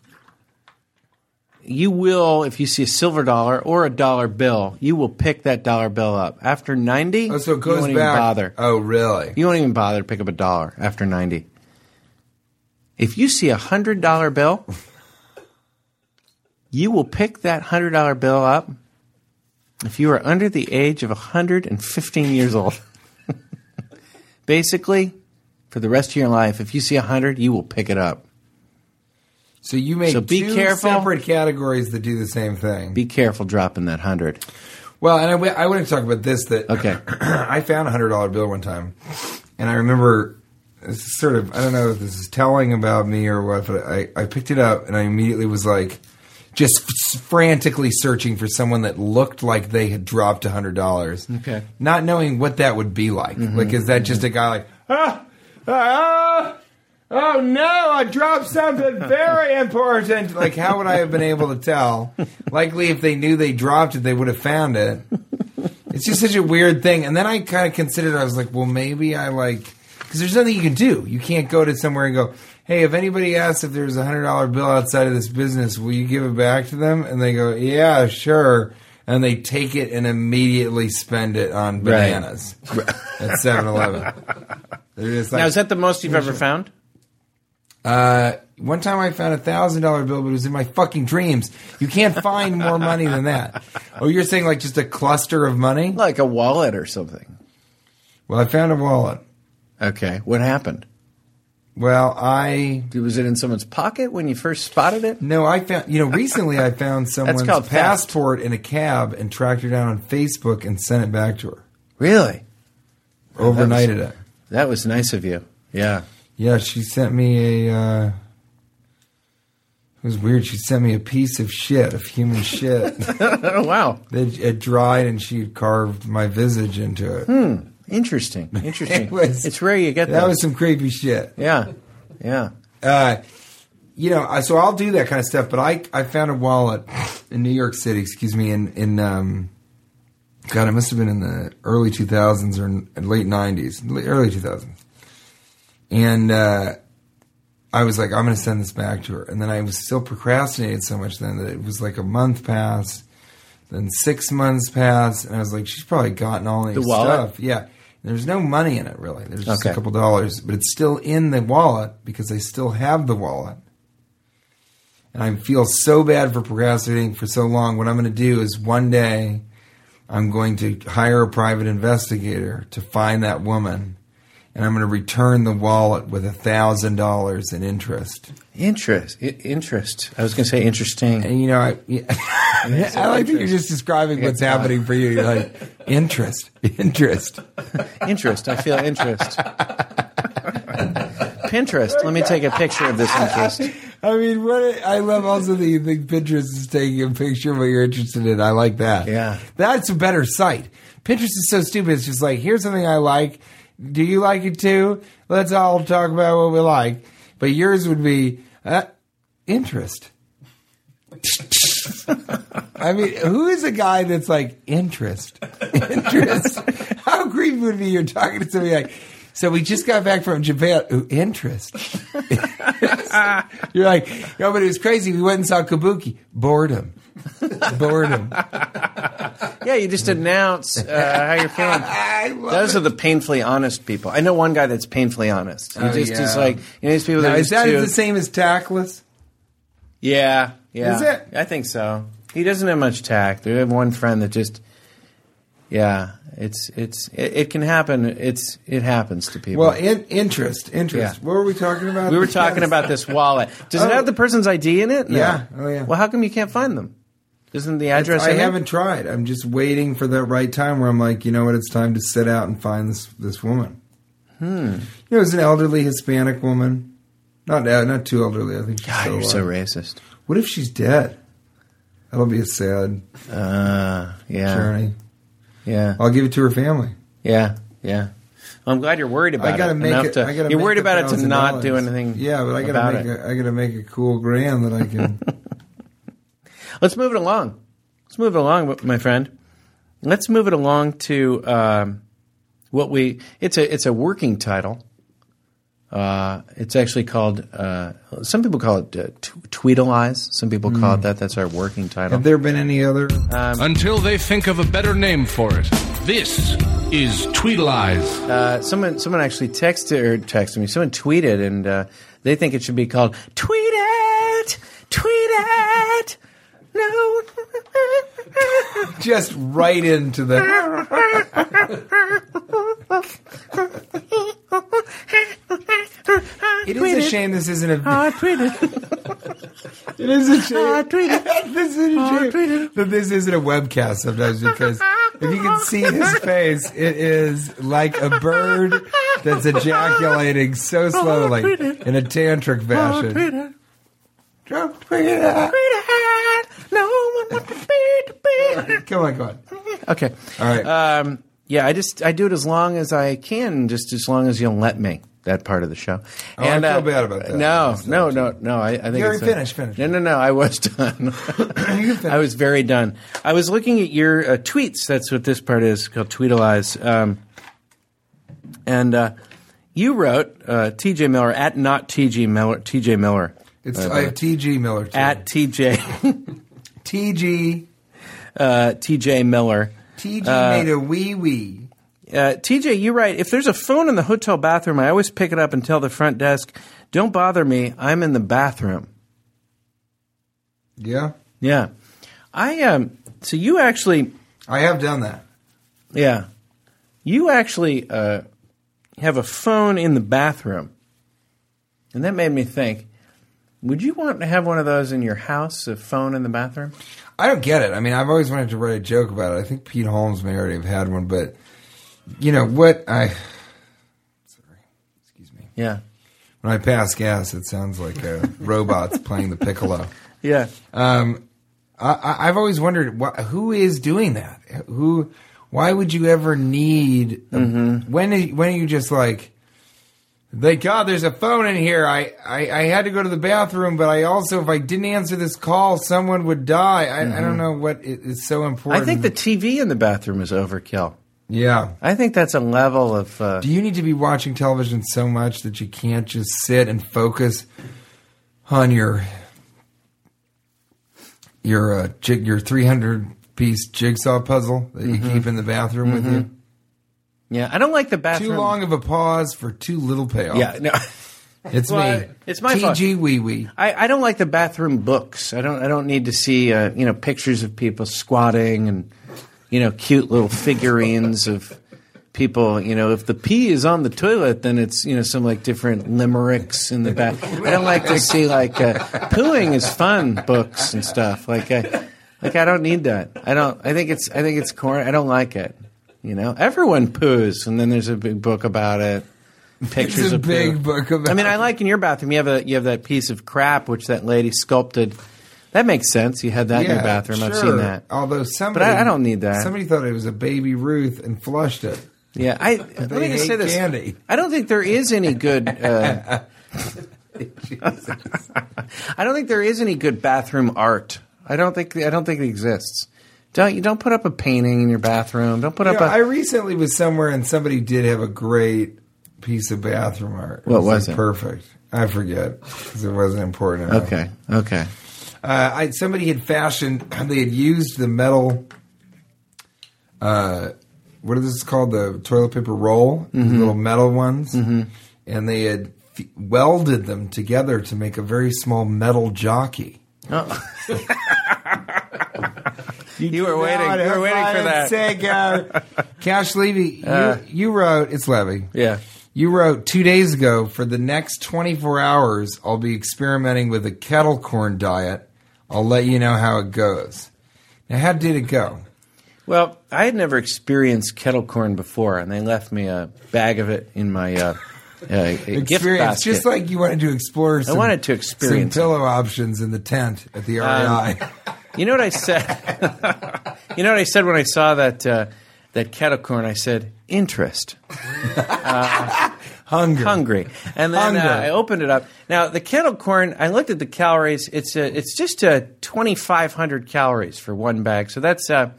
you will, if you see a silver dollar or a dollar bill, you will pick that dollar bill up. After 90, Oh, so it you goes won't even back. bother. Oh, really? You won't even bother to pick up a dollar after 90. If you see a $100 bill, you will pick that $100 bill up if you are under the age of 115 years old. Basically, for the rest of your life, if you see a 100, you will pick it up. So you make So be two careful. separate categories that do the same thing. Be careful dropping that 100. Well, and I, w- I want to talk about this. That Okay. I found a hundred dollar bill one time, and I remember this is sort of I don't know if this is telling about me or what, but I I picked it up and I immediately was like, just f- frantically searching for someone that looked like they had dropped a hundred dollars. Okay. not knowing what that would be like. Like, is that just a guy like ah ah? oh no, I dropped something very important. Like, how would I have been able to tell? Likely, if they knew they dropped it, they would have found it. It's just such a weird thing. And then I kind of considered, I was like, well, maybe I like, because there's nothing you can do. You can't go to somewhere and go, hey, if anybody asks if there's a $100 bill outside of this business, will you give it back to them? And they go, yeah, sure. And they take it and immediately spend it on bananas at 7 Eleven. They're just like, Now, is that the most you've ever found? uh, one time I found a thousand dollar bill, but it was in my fucking dreams. You can't find more money than that. Oh, you're saying like just a cluster of money? Like a wallet or something. Well, I found a wallet. Okay. What happened? Well, I Was it in someone's pocket when you first spotted it? no, I found you know recently I found someone's called theft. passport in a cab and tracked her down on Facebook and sent it back to her. Really? Overnighted it. That was nice of you. Yeah. Yeah, she sent me a. Uh, it was weird. She sent me a piece of shit, of human shit. Oh, wow. it, it dried, and she carved my visage into it. Interesting. Interesting. It was- it's rare Hmm, you get that. That was some creepy shit. yeah. Yeah. Uh, you know, I- so I'll do that kind of stuff. But I, I found a wallet in New York City. Excuse me, in in um, God, it must have been in the early two thousands or n- late nineties, early two thousands. And uh, I was like, I'm going to send this back to her. And then I was still procrastinating so much then that it was like a month passed, then six months passed, and I was like, she's probably gotten all the The wallet? stuff. Yeah. There's no money in it really. There's just Okay. a couple dollars, but it's still in the wallet because I still have the wallet. And I feel so bad for procrastinating for so long. What I'm going to do is one day I'm going to hire a private investigator to find that woman and I'm going to return the wallet with a thousand dollars in interest. Interest. I- interest. I was going to say interesting. And you know, I, yeah, I like that you're just describing what's happening for you. You're like interest, interest. Interest. I feel interest. Pinterest. Let me take a picture of this interest. I mean, what I love also that you think Pinterest is taking a picture of what you're interested in. I like that. Yeah. that's a better site. Pinterest is so stupid. It's just like here's something I like. Do you like it too? Let's all talk about what we like. But yours would be uh, interest. I mean, who is a guy that's like interest? Interest. How creepy would it be you're talking to somebody like, so we just got back from Japan. Ooh, interest. you're like, no, but it was crazy. We went and saw Kabuki. Boredom. Boredom. Yeah, you just announce uh, how you're feeling. I love Those it. are the painfully honest people. I know one guy that's painfully honest. He Oh, just yeah. is like you know these people Now, that are is just that too- the same as tactless? Yeah, yeah. Is it? I think so. He doesn't have much tact. We have one friend that just, yeah, it's it's it, it can happen. It's it happens to people. Well, in, interest. Interest. Yeah. What were we talking about? we were talking about this wallet. Does it Oh. have the person's ID in it? No. Yeah. Oh, yeah. Well, how come you can't find them? Isn't the address? I in it? haven't tried. I'm just waiting for that right time where I'm like, you know what? It's time to sit out and find this this woman. Hmm. You know, it was an elderly Hispanic woman. Not uh, not too elderly. I think she's God, still Ah, you're alive. so racist. What if she's dead? That'll be a sad Uh, yeah, journey. yeah, I'll give it to her family. yeah, yeah. Well, I'm glad you're worried about I gotta it. make enough it. to- I gotta you're make worried the about it to thousand not do dollars. anything. Yeah, but I about gotta make. it. A, I gotta make a cool grand that I can. Let's move it along. Let's move it along, my friend. Let's move it along to um, what we. It's a it's a working title. Uh, it's actually called. Uh, some people call it uh, tw- Tweedle Eyes. Some people call it that. That's our working title. Have Hmm. there been any other? Until they think of a better name for it. This is Tweedleize. Uh, someone someone actually texted or texted me. Someone tweeted, and uh, they think it should be called Tweet It, Tweet It. No, Just right into the. It is a shame. This isn't a. I tweeted. It is a shame. I tweeted. this is Oh, a shame uh, tweeted. that this isn't a webcast sometimes because if you can see his face, it is like a bird that's ejaculating so slowly Uh, tweeted. Uh, in a tantric fashion. Tweeted. Drop, tweet it out. No one wants to be to be. Come on, come on. Okay. All right. Uh, Um, yeah, I just I do it as long as I can, just as long as you'll let me. that part of the show. uh, Oh, I feel bad about that. No, no, no, no. I, I think You already it's finished, finished. No, no, no. I was done. I was very done. I was looking at your uh, tweets. That's what this part is called Tweetalize. Um, and uh, you wrote uh, T.J. Miller at not T.J. Miller. T.J. Miller It's I have T.G. Miller. Too. at T.J. T.G. uh, T.J. Miller. T.G. made a wee wee. Uh, TJ, you're right. If there's a phone in the hotel bathroom, I always pick it up and tell the front desk, "Don't bother me. I'm in the bathroom." Yeah, Yeah, I um. So you actually, I have done that. yeah, you actually uh, have a phone in the bathroom, and that made me think. Would you want to have one of those in your house? A phone in the bathroom? I don't get it. I mean, I've always wanted to write a joke about it. I think Pete Holmes may already have had one, but you know what? I sorry, excuse me. Yeah, When I pass gas, it sounds like uh, robots playing the piccolo. yeah. Um, I, I- I've always wondered wh- who is doing that. Who? Why would you ever need? Mm-hmm. When? Are, when are you just like? Thank God, there's a phone in here. I, I, I had to go to the bathroom, but I also, if I didn't answer this call, someone would die. I, I don't know what i- is so Mm-hmm. I important. think the TV in the bathroom is overkill. yeah. I think that's a level of. Uh, Do you need to be watching television so much that you can't just sit and focus on your your uh, jig, your three hundred piece jigsaw puzzle that you Mm-hmm. keep in the bathroom with you? yeah, I don't like the Mm-hmm. bathroom. Too long of a pause for too little payoff. Yeah, no. it's Well, me. I- it's my fault. TG wee wee. I, I don't like the bathroom books. I don't. I don't need to see uh, you know pictures of people squatting and you know cute little figurines of people. You know, if the pee is on the toilet, then it's you know some like different limericks in the back. I don't like to see like uh, pooing is fun books and stuff. Like I, like I don't need that. I don't. I think it's. I think it's corny. I don't like it. You know, everyone poos, and then there's a big book about it. Pictures It's a of poo. big book about. I mean, I like in your bathroom. You have a you have that piece of crap which that lady sculpted. That makes sense. You had that in your bathroom. I've sure. Oh, seen that. Although somebody, I don't need that. Somebody thought it was a baby Ruth and flushed it. Yeah, I let me just hate say this. candy. I don't think there is any good. Uh, I don't think there is any good bathroom art. I don't think I don't think it exists. Don't you don't put up a painting in your bathroom. Don't put You up know, a I recently was somewhere and somebody did have a great piece of bathroom art. What was like it? Perfect. I forget because it wasn't important. enough. okay okay Uh, I, somebody had fashioned. They had used the metal. Uh, what is this called? The toilet paper roll, the Mm-hmm. little metal ones, and they had f- welded them together to make a very small metal jockey. You were waiting. You were waiting for that. Cash Levy, Uh. you, you wrote. It's Levy. yeah You wrote two days ago for the next 24 hours, I'll be experimenting with a kettle corn diet. I'll let you know how it goes. Now, how did it go? Well, I had never experienced kettle corn before, and they left me a bag of it in my uh, uh, gift Experience, basket. just like you wanted to explore some, wanted to experience some Um, pillow options in the tent at the E REI. you know what I said? you know what I said when I saw that uh, that kettle corn? I said interest. Hunger. hungry. And then uh, Hunger. I opened it up. Now the kettle corn, I looked at the calories. It's uh it's just uh 2,500 calories for one bag. So that's uh,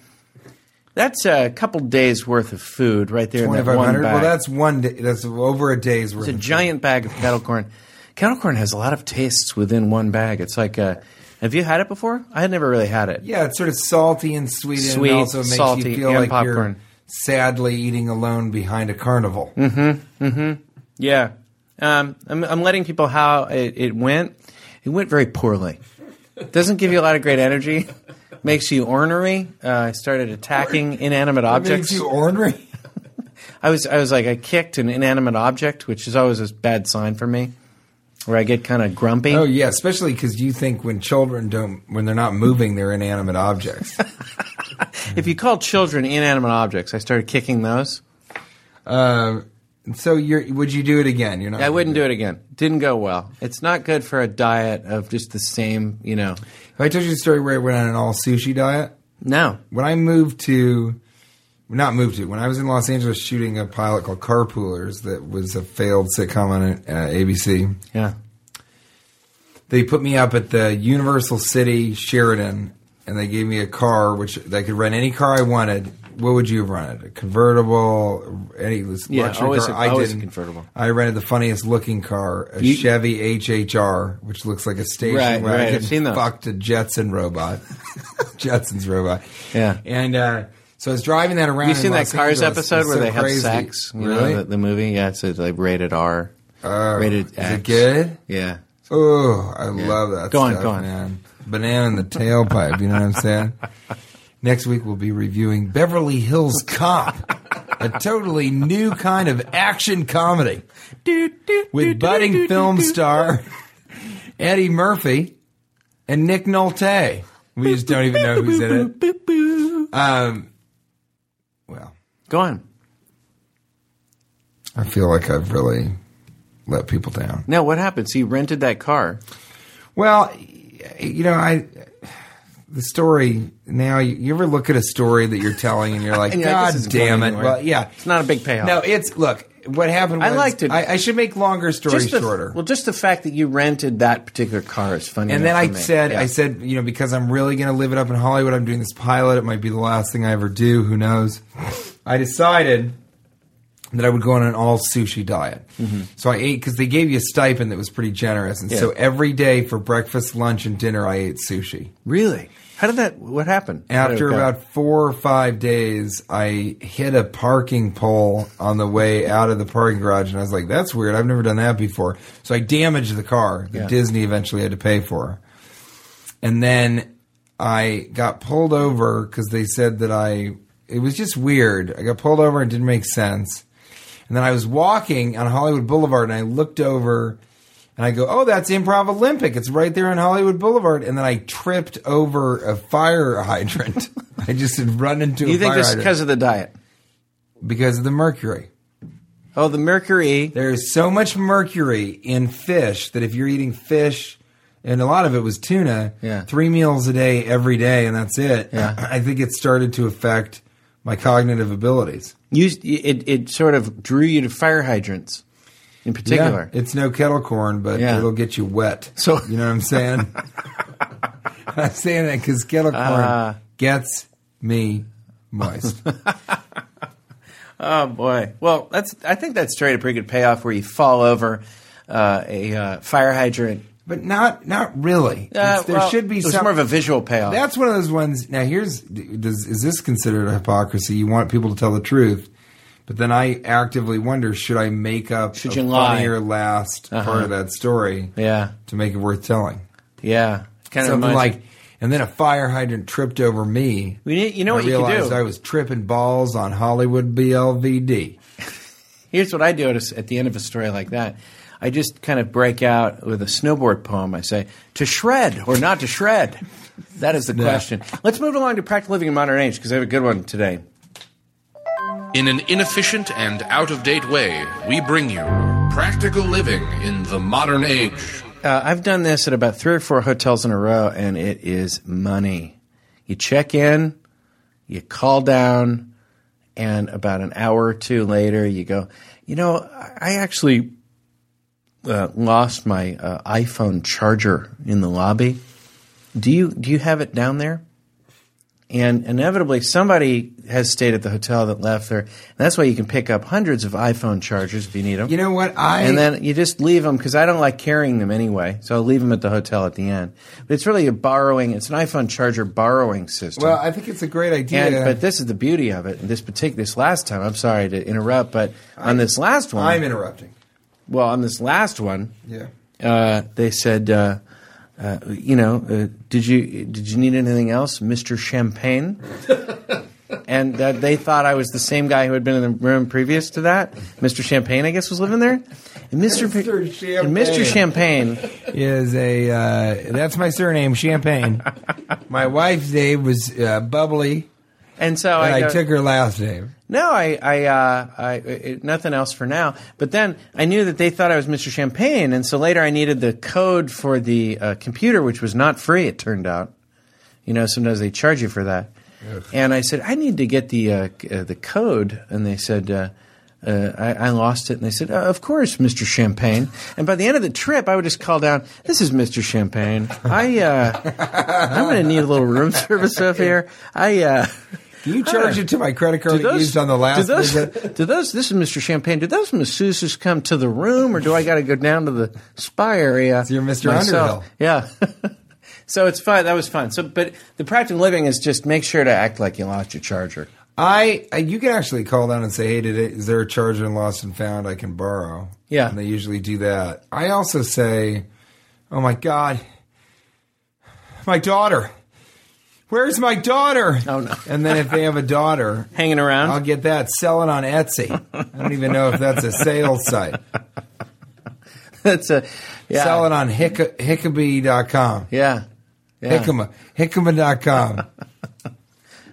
that's a couple days worth of food right there in that one 2500 bag. Well, that's one day. That's over a day's worth. It's a of- giant bag of kettle corn. Kettle corn has a lot of tastes within one bag. It's like uh Have you had it before? I had never really had it. yeah, it's sort of salty and sweet, Sweet, and it also makes salty, you feel and like you're popcorn. Mm-hmm. sadly eating alone behind a carnival. Yeah. Um, I'm, I'm letting people how it, it went. It went very poorly. Doesn't give you a lot of great energy. Makes you ornery. Uh, I started attacking inanimate Makes objects. you ornery. I was I was like I kicked an inanimate object, which is always a bad sign for me, where I get kind of grumpy. Oh yeah, especially because you think when children don't, when they're not moving, they're inanimate objects. If you call children inanimate objects, I started kicking those. uh, so you're, would you do it again? You're not. I wouldn't do it again. Didn't go well. It's not good for a diet of just the same, you know. If I told you the story where I went on an all sushi diet, No. when I moved to not moved to. When I was in Los Angeles shooting a pilot called Carpoolers, that was a failed sitcom on uh, ABC. Yeah. They put me up at the Universal City Sheridan, and they gave me a car which I could rent any car I wanted. What would you have rented? A convertible, any luxury Yeah, always car? a- I always a didn't. convertible. I rented the funniest looking car, a You- Chevy HHR, which looks like a station Right, wagon. right, I've seen those. Fucked a Jetson robot, Jetson's robot. Yeah. And uh, so I was driving that around. Have you in seen that Los Cars Angeles. episode It's where so they crazy. have sex? You really? know, the, the movie? Yeah, it's a, like rated R. Oh, rated is X. it good? Yeah. Oh, I love that. Go on, stuff, go on. man. Banana in the tailpipe. You know what I'm saying? Next week we'll be reviewing Beverly Hills Cop, a totally new kind of action comedy with budding film star Eddie Murphy and Nick Nolte. We just don't even know who's in it. Um, well, Go on. I feel like I've really let people down. Now, what happened? So you rented that car. Well, y- you know, I the story now. You, you ever look at a story that you're telling and you're like, Yeah, God this isn't going damn it! anywhere. Well, yeah. It's not a big payoff. No, it's look. What happened? I was- liked it. I, I should make longer stories the, shorter. Well, just the fact that you rented that particular car is funny. and then enough I for me. said, Yeah. I said, you know, because I'm really going to live it up in Hollywood. I'm doing this pilot. It might be the last thing I ever do. Who knows? I decided that I would go on an all sushi diet. Mm-hmm. So I ate because they gave you a stipend that was pretty generous, and so every day for breakfast, lunch, and dinner, I ate sushi. really? How did that? What happened? How did it After go? about four or five days, I hit a parking pole on the way out of the parking garage, and I was like, "That's weird. I've never done that before." So I damaged the car that Disney eventually had to pay for, and then I got pulled over because they said that I. It was just weird. I got pulled over and it didn't make sense. And then I was walking on Hollywood Boulevard, and I looked over. And I go, oh, that's Improv Olympic. It's right there on Hollywood Boulevard. And then I tripped over a fire hydrant. I just had run into You a think fire this is hydrant because of the diet? because of the mercury. Oh, the mercury. There is so much mercury in fish that if you're eating fish, and a lot of it was tuna, Yeah. three meals a day every day, and that's it. Yeah. I think it started to affect my cognitive abilities. You, it, it sort of drew you to fire hydrants, in particular. Yeah, it's no kettle corn, but Yeah. it'll get you wet. So- you know what I'm saying? I'm saying that because kettle corn Ah. gets me moist. Oh boy! Well, that's. I think that story had a pretty good payoff where you fall over uh, a uh, fire hydrant. but not not really. Uh, It's- there well, should be it was some more of a visual payoff. That's one of those ones. Now, here's does, is this considered a hypocrisy? You want people to tell the truth, but then I actively wonder: should I make up Should a you lie? Uh-huh. funnier last part of that story yeah, to make it worth telling? yeah. Kind of Something reminds- like, and then a fire hydrant tripped over me. we need, you know I what you realized can do. I was tripping balls on Hollywood BLVD. Here's what I do at, a s at the end of a story like that. I just kind of break out with a snowboard poem. I say, to shred or not to shred? That is the question. Let's move along to practical living in modern age because I have a good one today. In an inefficient and out of date way, we bring you practical living in the modern age. Uh, I've done this at about three or four hotels in a row, and it is money. You check in, you call down, and about an hour or two later, you go, you know, I I actually uh, lost my uh, iPhone charger in the lobby. Do you do you have it down there? And inevitably, somebody has stayed at the hotel that left there. And that's why you can pick up hundreds of iPhone chargers if you need them. You know what? I And then you just leave them because I don't like carrying them anyway. So I'll leave them at the hotel at the end. But it's really a borrowing. It's an iPhone charger borrowing system. well, I think it's a great idea. and, but this is the beauty of it. And this particular, this last time, I'm sorry to interrupt, but on this last one, I'm interrupting. well, on this last one, Yeah. uh, they said, uh, uh, you know, uh, did you did you need anything else, Mister Champagne? and that they thought I was the same guy who had been in the room previous to that. Mister Champagne, I guess, was living there. And Mister Mr. and Mister Champagne, Is a uh, that's my surname, Champagne. my wife's name was uh, Bubbly, and so and I, I go, took her last name. No, I, I, uh, I, it, nothing else for now. But then I knew that they thought I was Mr. Champagne, and so later I needed the code for the uh, computer, which was not free. It turned out, you know, sometimes they charge you for that. And I said, I need to get the uh, c- uh, the code. And they said, uh, uh, I, I lost it. And they said, uh, Of course, Mr. Champagne. And by the end of the trip, I would just call down, This is Mr. Champagne. I uh, I'm going to need a little room service up here. I. Uh, Do you charge it to my credit do card that you those- used on the last do those, visit? do those this is Mr. Champagne. Do those masseuses come to the room or do I got to go down to the spa area? You're Mr. Underhill. myself? Yeah. so it's fun. That was fun. So but the practical living is just make sure to act like you lost your charger. I uh, you can actually call down and say, "Hey, did it, is there a charger in Lost and Found I can borrow?" Yeah. and they usually do that. I also say, "Oh my god, my daughter, where's my daughter?" Oh, no. And then if they have a daughter, Hanging around. I'll get that. Sell it on Etsy. I don't even know if that's a sales site. That's a yeah. Sell it on hick- hickabee.com. Yeah. Yeah. Hickama. Hickama.com.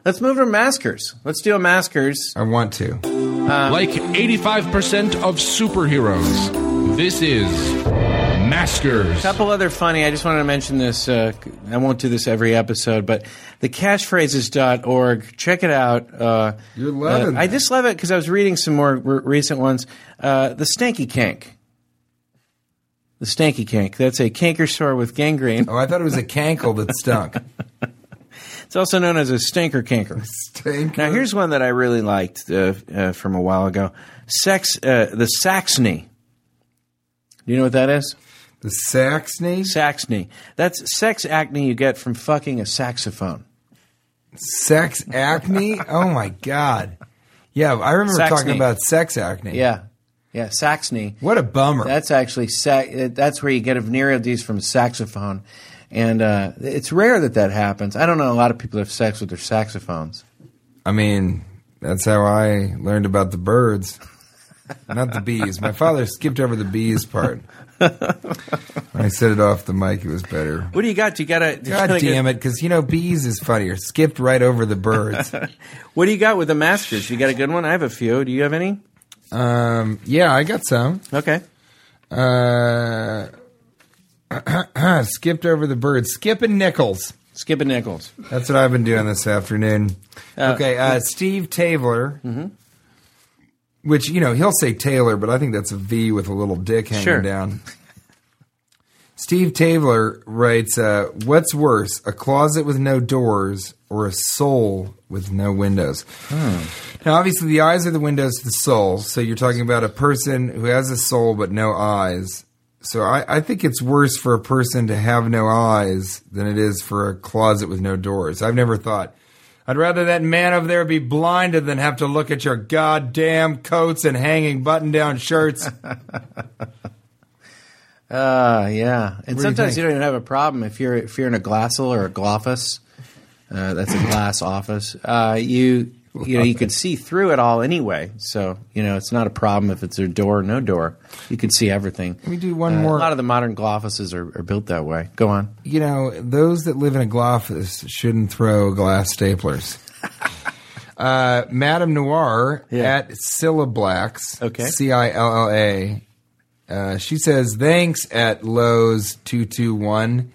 Let's move to maskers. Let's do a maskers. I want to. like 85% of superheroes. This is Maskers. couple other funny i just wanted to mention this uh, i won't do this every episode but the catchphrases.org check it out uh, You're loving uh, i that. just love it because i was reading some more re- recent ones uh, the stanky kank the stanky kank that's a canker sore with gangrene Oh, I thought it was a cankle that stunk. it's also known as a stinker canker Stink. now here's one that i really liked uh, uh, from a while ago sex uh, the saxony do you know what that is The Saxony? saxony that's sex acne you get from fucking a saxophone Sex acne? Oh my god. Yeah, I remember Saxony. talking about sex acne. Yeah, yeah, Saxony. What a bummer. That's actually sax. That's where you get a venereal disease from saxophone, and uh, it's rare that that happens. I don't know a lot of people have sex with their saxophones. I mean, that's how I learned about the birds. Not the bees. My father skipped over the bees part. When I said it off the mic, it was better. What do you got? Do you got a? God damn it, because you know bees is funnier. Skipped right over the birds. What do you got with the masters? You got a good one? I have a few. Do you have any? Um, yeah, I got some. Okay. Uh, skipped over the birds. Skipping nickels. Skip a nickels. That's what I've been doing this afternoon. okay, uh, Steve Taylor, which you know he'll say Taylor, but I think that's a V with a little dick hanging Sure. down. Steve Taylor writes, uh, "What's worse, a closet with no doors or a soul with no windows?" Now, obviously, the eyes are the windows to the soul. So you're talking about a person who has a soul but no eyes. So I, I think it's worse for a person to have no eyes than it is for a closet with no doors. I've never thought. I'd rather that man over there be blinded than have to look at your goddamn coats and hanging button down shirts. Uh, yeah. And you sometimes think? you, don't even have a problem if you're if you're in a glassel or a glofus. Uh, that's a glass office. Uh, you you know you could see through it all anyway. So you know it's not a problem if it's a door or no door. You could see everything. Let me do one more. Uh, A lot of the modern gloffices are, are built that way. Go on. you know, those that live in a glofus shouldn't throw glass staplers. uh, Madame Noir Yeah. at Syllablax, Okay. C I L L A. Uh, she says, thanks at Lowe's 221.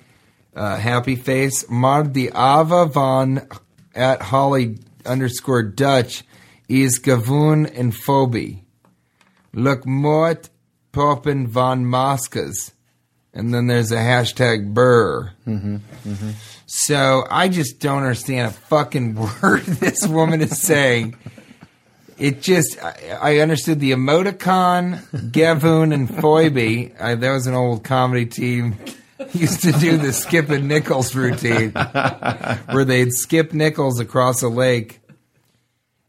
Uh, happy face. Mar the Ava van at Holly underscore Dutch is gavoon and phobie. Look mort poppen van maskers. And then there's a hashtag burr. So I just don't understand a fucking word this woman is saying. It just, I, I understood the emoticon, Gavoon, and Foibe. I, that was an old comedy team. Used to do the skip and nickels routine where they'd skip nickels across a lake.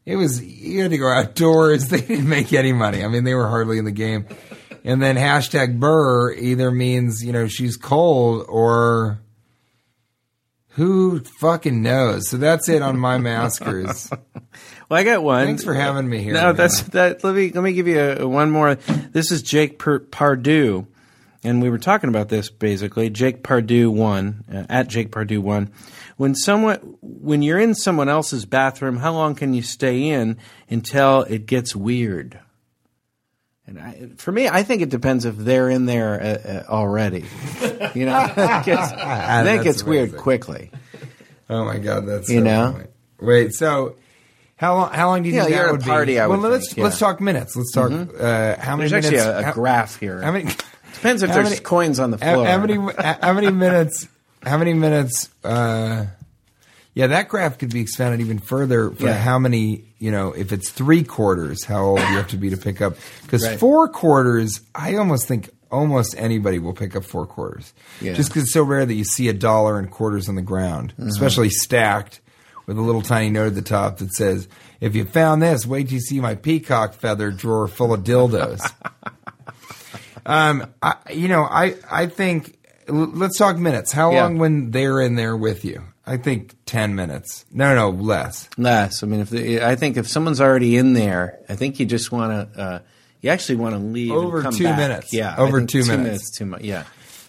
It was, you had to go outdoors. They didn't make any money. I mean, they were hardly in the game. And then hashtag burr either means, you know, she's cold or who fucking knows. So that's it on my maskers. Well, I got one. Thanks for having me here. No, man. that's that. Let me let me give you a, one more. This is Jake per- Pardue, and we were talking about this basically. Jake Pardue one uh, at Jake Pardue one. When someone when you're in someone else's bathroom, how long can you stay in until it gets weird? And I, for me, I think it depends if they're in there uh, uh, already. You know, 'Cause then it Ah, That's gets weird amazing. quickly. Oh my god, that's You so know? funny. Wait, so how long? How long do you Yeah, think you're that at a would party, be? I well, would let's think, yeah. Mm-hmm. let's talk minutes. Let's talk uh, how many There's actually minutes? a, a how- graph here. How many? Depends if how there's many- coins on the How, floor. how many? How many minutes? How many minutes? Uh, yeah, that graph could be expanded even further for Yeah. how many. You know, if it's three quarters, how old you have to be to pick up? Because Right. four quarters, I almost think almost anybody will pick up four quarters. Yeah. Mm-hmm. Just because it's so rare that you see a dollar and quarters on the ground, especially stacked with a little tiny note at the top that says, "If you found this, wait till you see my peacock feather drawer full of dildos." Um, I, you know, I, I think l- let's talk minutes. How Yeah. long when they're in there with you? I think ten minutes. No, no, less. less. I mean, if the, I think if someone's already in there, I think you just want to. Uh, you actually want to leave and Over come two back. minutes. Yeah, I Over think two two minutes. minutes. Too much. Yeah,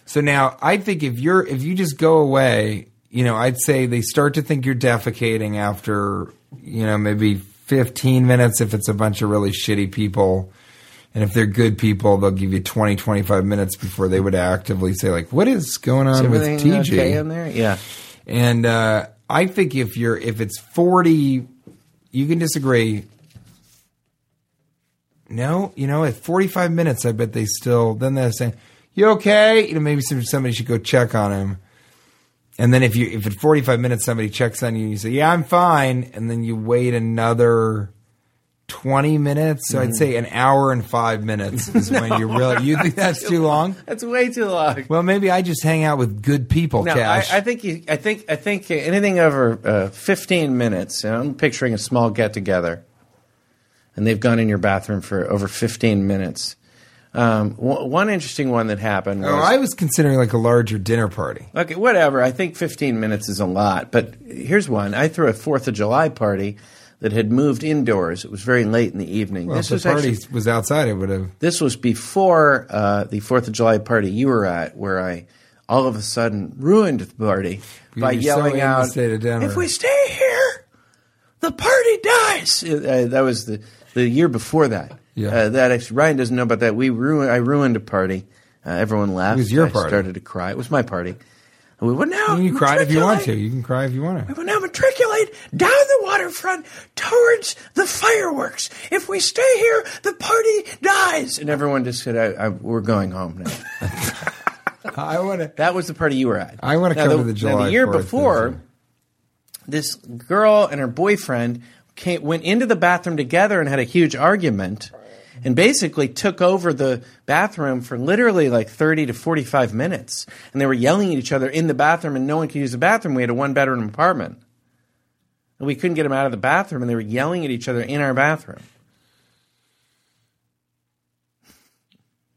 So now I think if you're if you just go away, you know, I'd say they start to think you're defecating after you know maybe fifteen minutes if it's a bunch of really shitty people. And if they're good people, they'll give you 20, 25 minutes before they would actively say, like, what is going on is with everything TJ? uh, okay in there? Yeah, And uh, I think if you're if it's forty, you can disagree. No, you know, at forty five minutes, I bet they still. Then they're saying, "You okay?" You know, maybe some, somebody should go check on him. And then if you if at forty five minutes somebody checks on you, and you say, "Yeah, I'm fine," and then you wait another. 20 minutes Mm-hmm. so i'd say an hour and five minutes is when you really you think that's too long that's way too long. well maybe i just hang out with good people No, I, cash I think you, I think I think anything over uh, fifteen minutes. You know, I'm picturing a small get together, and they've gone in your bathroom for over fifteen minutes. Um, w- one interesting one that happened. Was, Oh, I was considering like a larger dinner party. Okay, whatever. I think 15 minutes is a lot. But here's one. I threw a 4th of July party that had moved indoors. It was very late in the evening. Well, this if was the party actually, was outside, it would have. this was before uh, the 4th of July party you were at where I all of a sudden ruined the party by were so yelling in the out state of Denver. If we stay here, the party dies. Uh, that was the, the year before that. Yeah. Uh, that actually, Ryan doesn't know about that. We ruined, I ruined a party. Uh, everyone laughed. was your I party. started to cry. It was my party. And we went out. You can cry if you want to. matriculate. You can cry if you want We to. will now matriculate down the waterfront towards the fireworks. If we stay here, the party dies. And everyone just said, I, I, "We're going home now." I want to. That was the party you were at. I wanna Now, come to the Now, July the year 4th before, thing. this girl and her boyfriend came, went into the bathroom together and had a huge argument, and basically took over the bathroom for literally like thirty to forty-five minutes. And they were yelling at each other in the bathroom, and no one could use the bathroom. We had a one-bedroom apartment, and we couldn't get them out of the bathroom, and they were yelling at each other in our bathroom.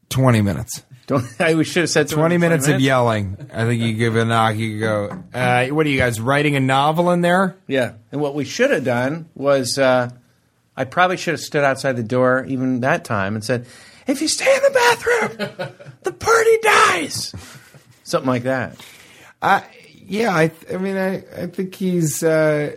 Twenty minutes. Don't, I should have said something Twenty in minutes of yelling. I think you give a knock. You go. Uh, what are you guys writing a novel in there? Yeah. And what we should have done was uh, I probably should have stood outside the door even that time and said, if you stay in the bathroom, the party dies. Something like that. I yeah. I, th- I mean, I, I think he's. Uh,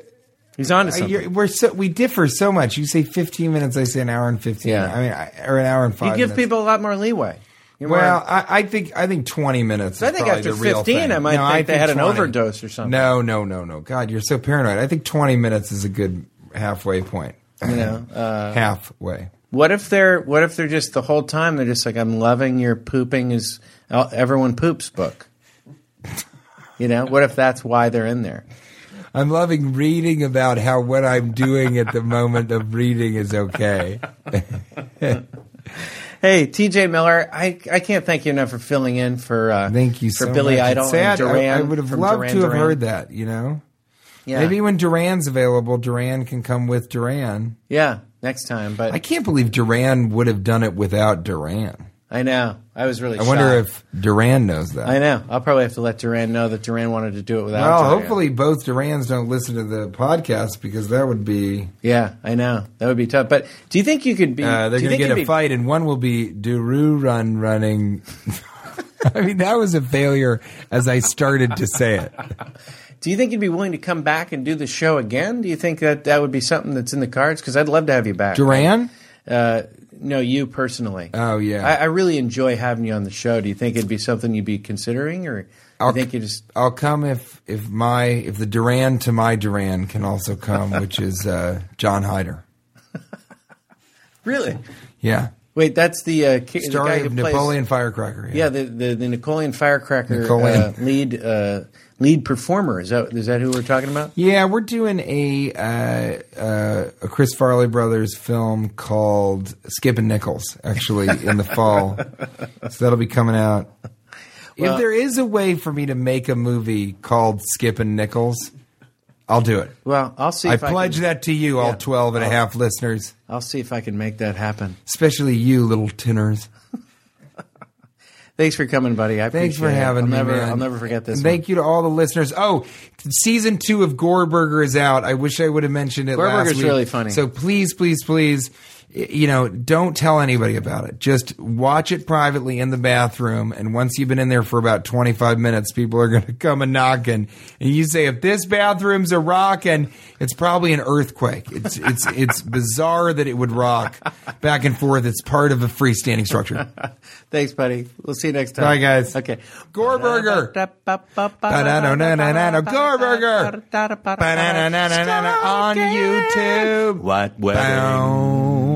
He's on to I- something. you're, we're so we differ so much. You say fifteen minutes. I say an hour and fifteen. Yeah. I mean, I, or an hour and five. You give minutes. people a lot more leeway. You're more- Well, I, I think I think twenty minutes. I is think probably after the real 15, thing. I might think they had an overdose or something. No, no, no, no. God, you're so paranoid. I think twenty minutes is a good halfway point. You know, uh, halfway. what if they're what if they're just the whole time they're just like I'm loving your pooping is uh, everyone poops book. You know, what if that's why they're in there? I'm loving reading about how what I'm doing at the moment of reading is okay. Hey, TJ Miller, I, I can't thank you enough for filling in for uh, Thank you for so Billy much. It's Idol sad. and I- Duran. I, would have from loved Duran to have Duran. heard that. You know, Yeah. maybe when Duran's available, Duran can come with Duran. yeah, next time. I But I, can't believe Duran would have done it without Duran. know I was really. I wonder shocked. if Duran knows that. I know I'll probably have to let Duran know that Duran wanted to do it without. Well, Duran. hopefully both Durans don't listen to the podcast because that would be Yeah, I know that would be tough. But do you think you could be? uh, they're going do you to think get you'd a be- fight, and one will be Duru Run running. I mean, that was a failure as I started to say it. Do you think you'd be willing to come back and do the show again? Do you think that that would be something that's in the cards? Because I'd love to have you back, Duran? Uh, no, you personally. Oh yeah. I, I really enjoy having you on the show. Do you think it'd be something you'd be considering, or I think you just I'll come if if my if the Duran to my Duran can also come, which is uh, John Hyder. really. Yeah, Wait, that's the uh, ki- the guy story who of plays- Napoleon Firecracker. Yeah, the, the the Napoleon Firecracker Uh, Napoleon. lead uh, lead performer is that is that who we're talking about? Yeah, we're doing a uh, uh, a Chris Farley brothers film called Skip and Nichols actually in the fall, so that'll be coming out. if there is a way for me to make a movie called Skip and Nichols, I'll do it. Well, I'll see. I If I, pledge can, that to you, all Yeah. Oh. 12 and a half listeners, I'll see if I can make that happen. especially you, little tinners. Thanks for coming, buddy. I Thanks for appreciate it. having I'll me. Never, man. I'll never forget this. And Thank you to all the listeners. Oh, season two of Gore Burger is out. I wish I would have mentioned it. Gore last Burger's week. really funny. So please, please, please, y- you know, don't tell anybody about it. Just watch it privately in the bathroom. And once you've been in there for about twenty five minutes, people are going to come and knock and and you say, if this bathroom's a rockin', it's probably an earthquake. It's it's it's bizarre that it would rock back and forth. It's part of a freestanding structure. One. Thanks, buddy. We'll see you next time. Bye, guys. Okay. Gore Burger. Ba-da-da-da-da-da. Gore Burger. Ba-na-na-na-na-na-na on YouTube. What Bow.